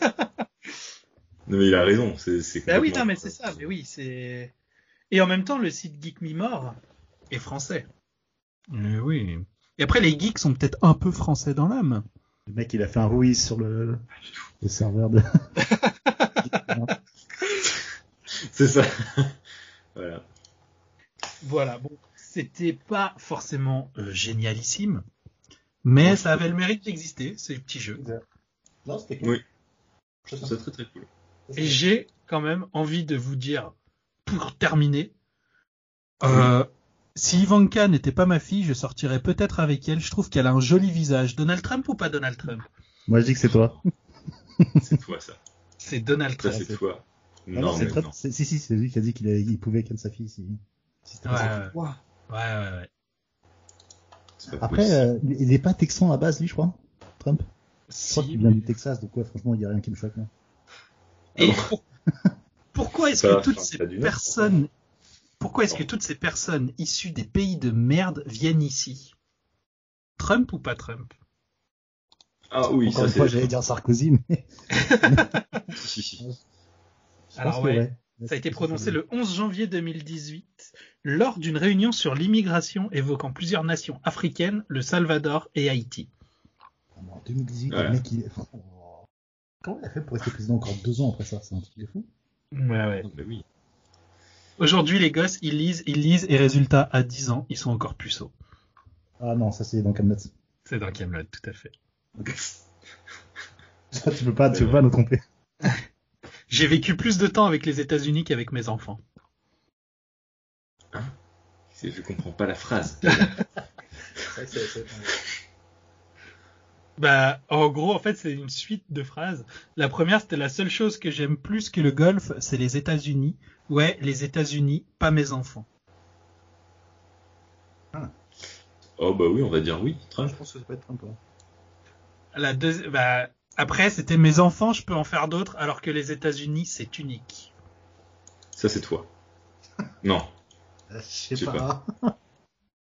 non, mais il a raison. C'est, c'est
Bah oui,
complètement-
non, mais c'est ça, mais oui, c'est. Et en même temps, le site Geek Me More est français. oui. Et après, les geeks sont peut-être un peu français dans l'âme.
Le mec, il a fait un Ruiz sur le, le serveur de.
C'est ça. voilà.
Voilà, bon, c'était pas forcément euh, génialissime, mais ça avait le mérite d'exister, ces petits jeux.
Non, c'était
cool. Oui. Je trouve ça très très cool.
Et j'ai quand même envie de vous dire, pour terminer,
Ah
euh, si Ivanka n'était pas ma fille, je sortirais peut-être avec elle. Je trouve qu'elle a un joli visage. Donald Trump ou pas Donald Trump
Moi, je dis que c'est toi.
C'est toi, ça.
C'est Donald
Ça,
Trump.
c'est toi.
Ah
Non,
non, c'est
mais
toi.
non.
c'est- Si, si, c'est lui qui a dit qu'il avait- il pouvait être sa fille. Si... si c'était
Ouais,
possible.
ouais, ouais. ouais, ouais, ouais.
C'est pas
Après,
possible.
euh, il n'est pas texan à la base, lui, je crois. hein, Trump. Je crois
Si,
qu'il vient du Texas, donc ouais, franchement, il n'y a rien qui me choque. moi.
Et
Ah
pour- pourquoi est-ce
Ça,
que toutes
ça,
ces
ça du Nord,
personnes, pourquoi est-ce que
Pardon.
toutes ces personnes issues des pays de merde viennent ici Trump ou pas Trump
Ah oui,
Encore
ça,
une fois,
c'est.
j'allais dire Sarkozy, mais.
Si, si, si.
je
Alors,
pense que
ouais. Ça a été prononcé le 11 janvier 2018 lors d'une réunion sur l'immigration évoquant plusieurs nations africaines, le Salvador et Haïti.
En 2018,
Voilà.
le mec, il. Oh. Comment il a fait pour rester président encore deux ans après ça C'est un truc de fou.
Non, mais oui.
Aujourd'hui, les gosses, ils lisent, ils lisent, et résultat, à 10 ans, ils sont encore puceaux.
Ah non, ça, c'est dans Camelot.
C'est dans Camelot, tout à fait.
Ça, tu peux pas, tu
C'est
peux pas nous tromper.
J'ai vécu plus de temps avec les États-Unis qu'avec mes enfants.
C'est- Je comprends pas la phrase.
Bah, en gros, en fait, c'est une suite de phrases. La première, c'était la seule chose que j'aime plus que le golf, c'est les États-Unis. Ouais, les États-Unis, pas mes enfants.
Oh bah oui, on va dire oui, Trump.
Je pense que ça peut être sympa.
La deuxi- bah, après, c'était mes enfants, je peux en faire d'autres, alors que les États-Unis, c'est unique.
Ça c'est toi. Non.
Euh, Je
Je sais
sais pas.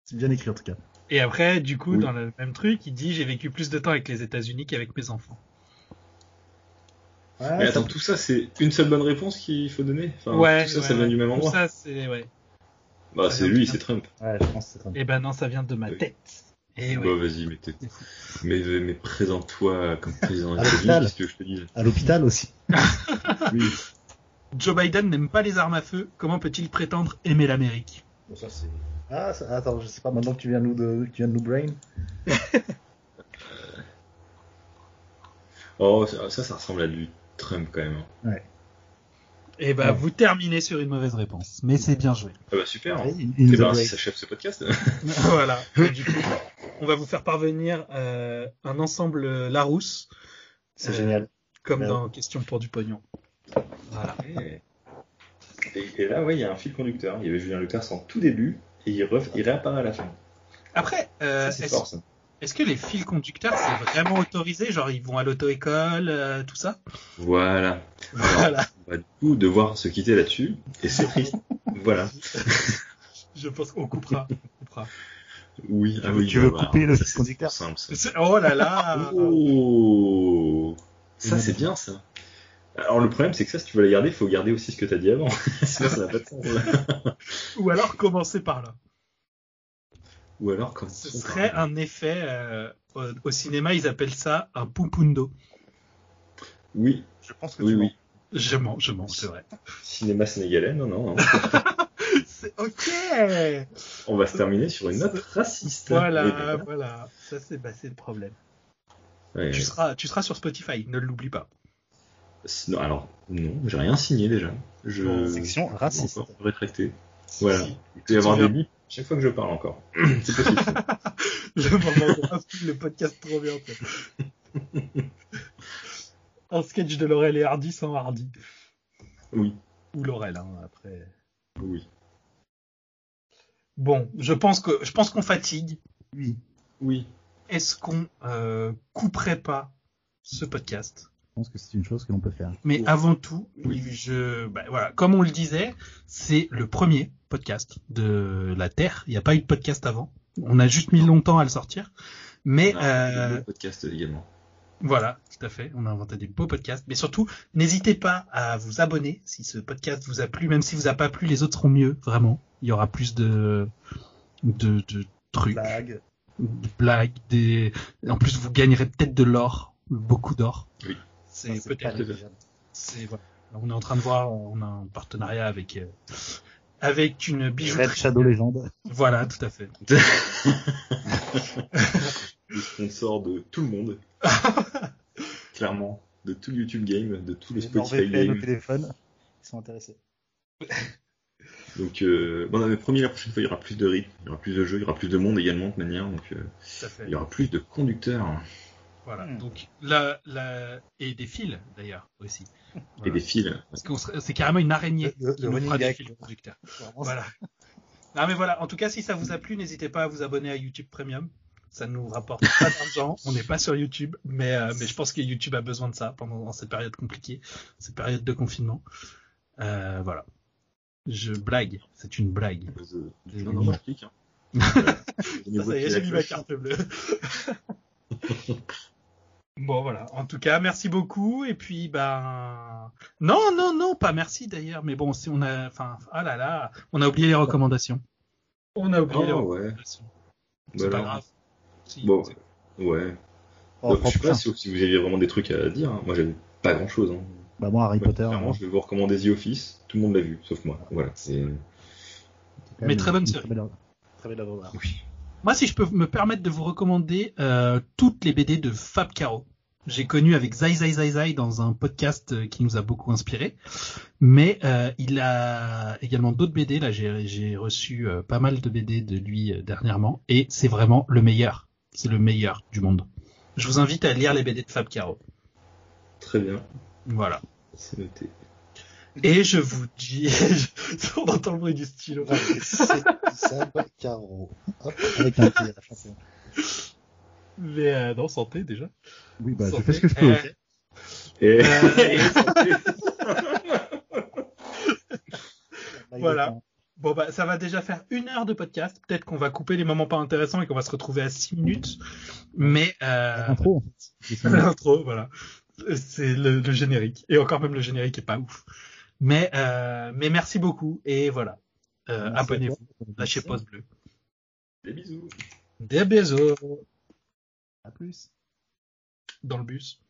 c'est bien écrit en tout cas.
Et après, du coup,
Oui.
dans le même truc, il dit j'ai vécu plus de temps avec les États-Unis qu'avec mes enfants.
Ah,
Mais attends, tout ça c'est une seule bonne réponse qu'il faut donner Enfin,
ouais,
Ah, Tout ça,
ouais,
ça vient
ouais.
du même
Tout
endroit
ça, c'est ouais.
Bah
ça
c'est
vient du-
lui, c'est Trump.
Ouais, je pense que c'est Trump.
Et ben non, ça vient de ma
Oui.
tête. Et
Bah
ouais.
vas-y, mais, t'es- mais, mais présente-toi comme président des
À
États-Unis,
l'hôpital.
qu'est-ce que je te dis
À l'hôpital aussi.
Oui.
Joe Biden n'aime pas les armes à feu. Comment peut-il prétendre aimer l'Amérique
Ah, ça- attends, je sais pas, maintenant que tu viens de nous, de, que tu viens de nous brain.
Oh, ça, ça ça ressemble à du Trump quand même. hein.
Et bah,
Ouais.
vous terminez sur une mauvaise réponse. Mais c'est bien joué.
Ah bah super. hein.
Il,
Eh
il nous
ben,
a
ainsi
brain.
s'achève ce podcast.
voilà. Et du coup, on va vous faire parvenir euh, un ensemble euh, Larousse,
C'est
Euh,
génial.
comme
Merde.
dans Question pour du pognon. Voilà.
Ouais. et, et là, ouais, il y a un fil conducteur. Il y avait Julien Leclerc en tout début et il, ref- il réapparaît à la fin.
Après, euh,
Ça, c'est
est-ce
fort ça.
Est-ce que les fils conducteurs, c'est vraiment autorisé Genre, ils vont à l'auto-école, euh, tout ça
Voilà.
Voilà.
On va du coup devoir se quitter là-dessus. Et c'est triste. voilà.
Je pense qu'on coupera. on coupera.
Oui, ah oui,
tu veux
voilà.
couper le
Ça, c'est
conducteur
tout simple, ça.
C'est- Oh là là
Oh Ça,
Oui,
c'est
d'accord.
bien, ça. Alors, le problème, c'est que ça, si tu veux la garder, il faut garder aussi ce que t'as dit avant. Sinon, ça n'a pas de sens.
Ou alors commencer par là.
Ou alors, comme
Ce serait un effet. euh, au, au cinéma, ils appellent ça un pumpundo.
Oui,
Je pense que
oui,
tu
oui.
Je mens, je mens, c'est vrai.
Cinéma sénégalais, non, non. non.
C'est ok
On va se terminer sur une note raciste.
Voilà,
Et-
voilà. Ça, c'est bah, c'est le problème.
Ouais,
Tu
ouais.
seras, tu seras sur Spotify, ne l'oublie pas.
Non, alors, non, j'ai rien signé déjà. Je...
euh,
mens. Section raciste.
Encore rétracté. Voilà. Il peut y
Tu
avoir
reviens.
des bips chaque fois que je parle encore. C'est possible.
Le moment où on coupe le podcast trop bien. quoi. Un sketch de Laurel et Hardy sans Hardy.
Oui,
Ou Laurel, hein, après.
oui.
Bon, je pense que je pense qu'on fatigue.
Oui.
Oui.
Est-ce qu'on euh, couperait pas ce podcast
Je pense que c'est une chose que l'on peut faire.
Mais
Oui.
avant tout,
Oui.
je, bah, voilà, comme on le disait, c'est le premier podcast de la Terre. Il n'y a pas eu de podcast avant. On a juste mis longtemps à le sortir. Mais
On
euh,
a un podcast également.
Voilà, tout à fait. On a inventé des beaux podcasts. Mais surtout, n'hésitez pas à vous abonner si ce podcast vous a plu. Même si vous a pas plu, les autres seront mieux, vraiment. Il y aura plus de, de, de trucs,
Blague.
de blagues, des, en plus vous gagnerez peut-être de l'or, beaucoup d'or.
Oui.
C'est
Ça,
peut-être,
Ah, pas légal.
c'est, voilà. On est en train de voir, on a un partenariat avec, euh, avec une bijouterie.
Red Shadow Legend.
Voilà, tout à fait.
Le sponsor de tout le monde. Clairement. De tout YouTube Game, de tout le
Les
Spotify
NordVPN au
Game.
téléphone. Ils sont intéressés.
Donc, euh, bon, on avait promis la prochaine fois, il y aura plus de rythme, il y aura plus de jeux, il y aura plus de monde également, de toute manière. Donc, euh,
Tout à fait.
il y aura plus de conducteurs hein,
Voilà.
Hmm.
Donc, là, là, et des fils, d'ailleurs, aussi.
et
Voilà.
des fils.
Parce qu'on serait- c'est carrément une araignée
Le- le-
qui
le
nous
running
fera du
gag.
fil conducteur.
Vraiment,
Voilà. Non mais voilà, en tout cas si ça vous a plu, n'hésitez pas à vous abonner à YouTube Premium. Ça nous rapporte pas d'argent, on n'est pas sur YouTube, mais, euh, mais je pense que YouTube a besoin de ça pendant dans cette période compliquée, cette période de confinement. Euh, voilà. Je blague, c'est une blague.
Euh,
Des
Non, non, moi je clique. Hein. Voilà. J'ai
Ça, ça y
voté
est,
la
j'ai mis ma
cloche.
carte bleue. bon, voilà. En tout cas, merci beaucoup. Et puis, ben, non, non, non, pas merci d'ailleurs. Mais bon, si on a, enfin, ah là là, on a oublié les recommandations. On a oublié les
Ah ouais.
recommandations.
Bah
C'est pas
alors.
grave. Si,
Bon,
c'est-
ouais.
Oh,
Donc, je sais
putain.
hein.
pas si, si vous aviez vraiment des trucs à dire. hein. Moi, j'avais pas grand chose. Hein.
Bah, moi, Harry
Moi,
Potter.
clairement,
euh,
je vais vous recommander The Office. Tout le monde l'a vu, sauf moi. Voilà. c'est-
c'est quand
Mais
même
très bonne
une
série.
belle-
Très belle avoir.
Moi, si je peux me permettre de vous recommander euh, toutes les BD de Fab Caro. J'ai connu avec Zai Zai Zai Zai dans un podcast euh, qui nous a beaucoup inspiré. Mais euh, il a également d'autres BD. Là, j'ai j'ai reçu euh, pas mal de BD de lui euh, dernièrement. Et c'est vraiment le meilleur. C'est le meilleur du monde. Je vous invite à lire les BD de Fab Caro.
Très bien.
Voilà.
C'est noté.
Et je vous dis... On entend le bruit du stylo.
C'est Seb Caro. Hop,
Avec un petit-
Mais euh, non, santé déjà.
Oui, bah, je
Santé.
fais ce que je peux.
Euh,
Et...
Voilà.
hein.
Bon bah ça va déjà faire une heure de podcast. Peut-être qu'on va couper les moments pas intéressants et qu'on va se retrouver à six minutes. Mais euh,
Intro, en fait. J'ai fini.
l'intro, voilà, c'est le, le générique. Et encore même le générique est pas ouf. Mais euh, mais merci beaucoup et voilà.
Merci
Euh,
à toi.
Abonnez-vous, lâchez pause bleue.
Des bisous.
Des bisous
À plus.
dans le bus.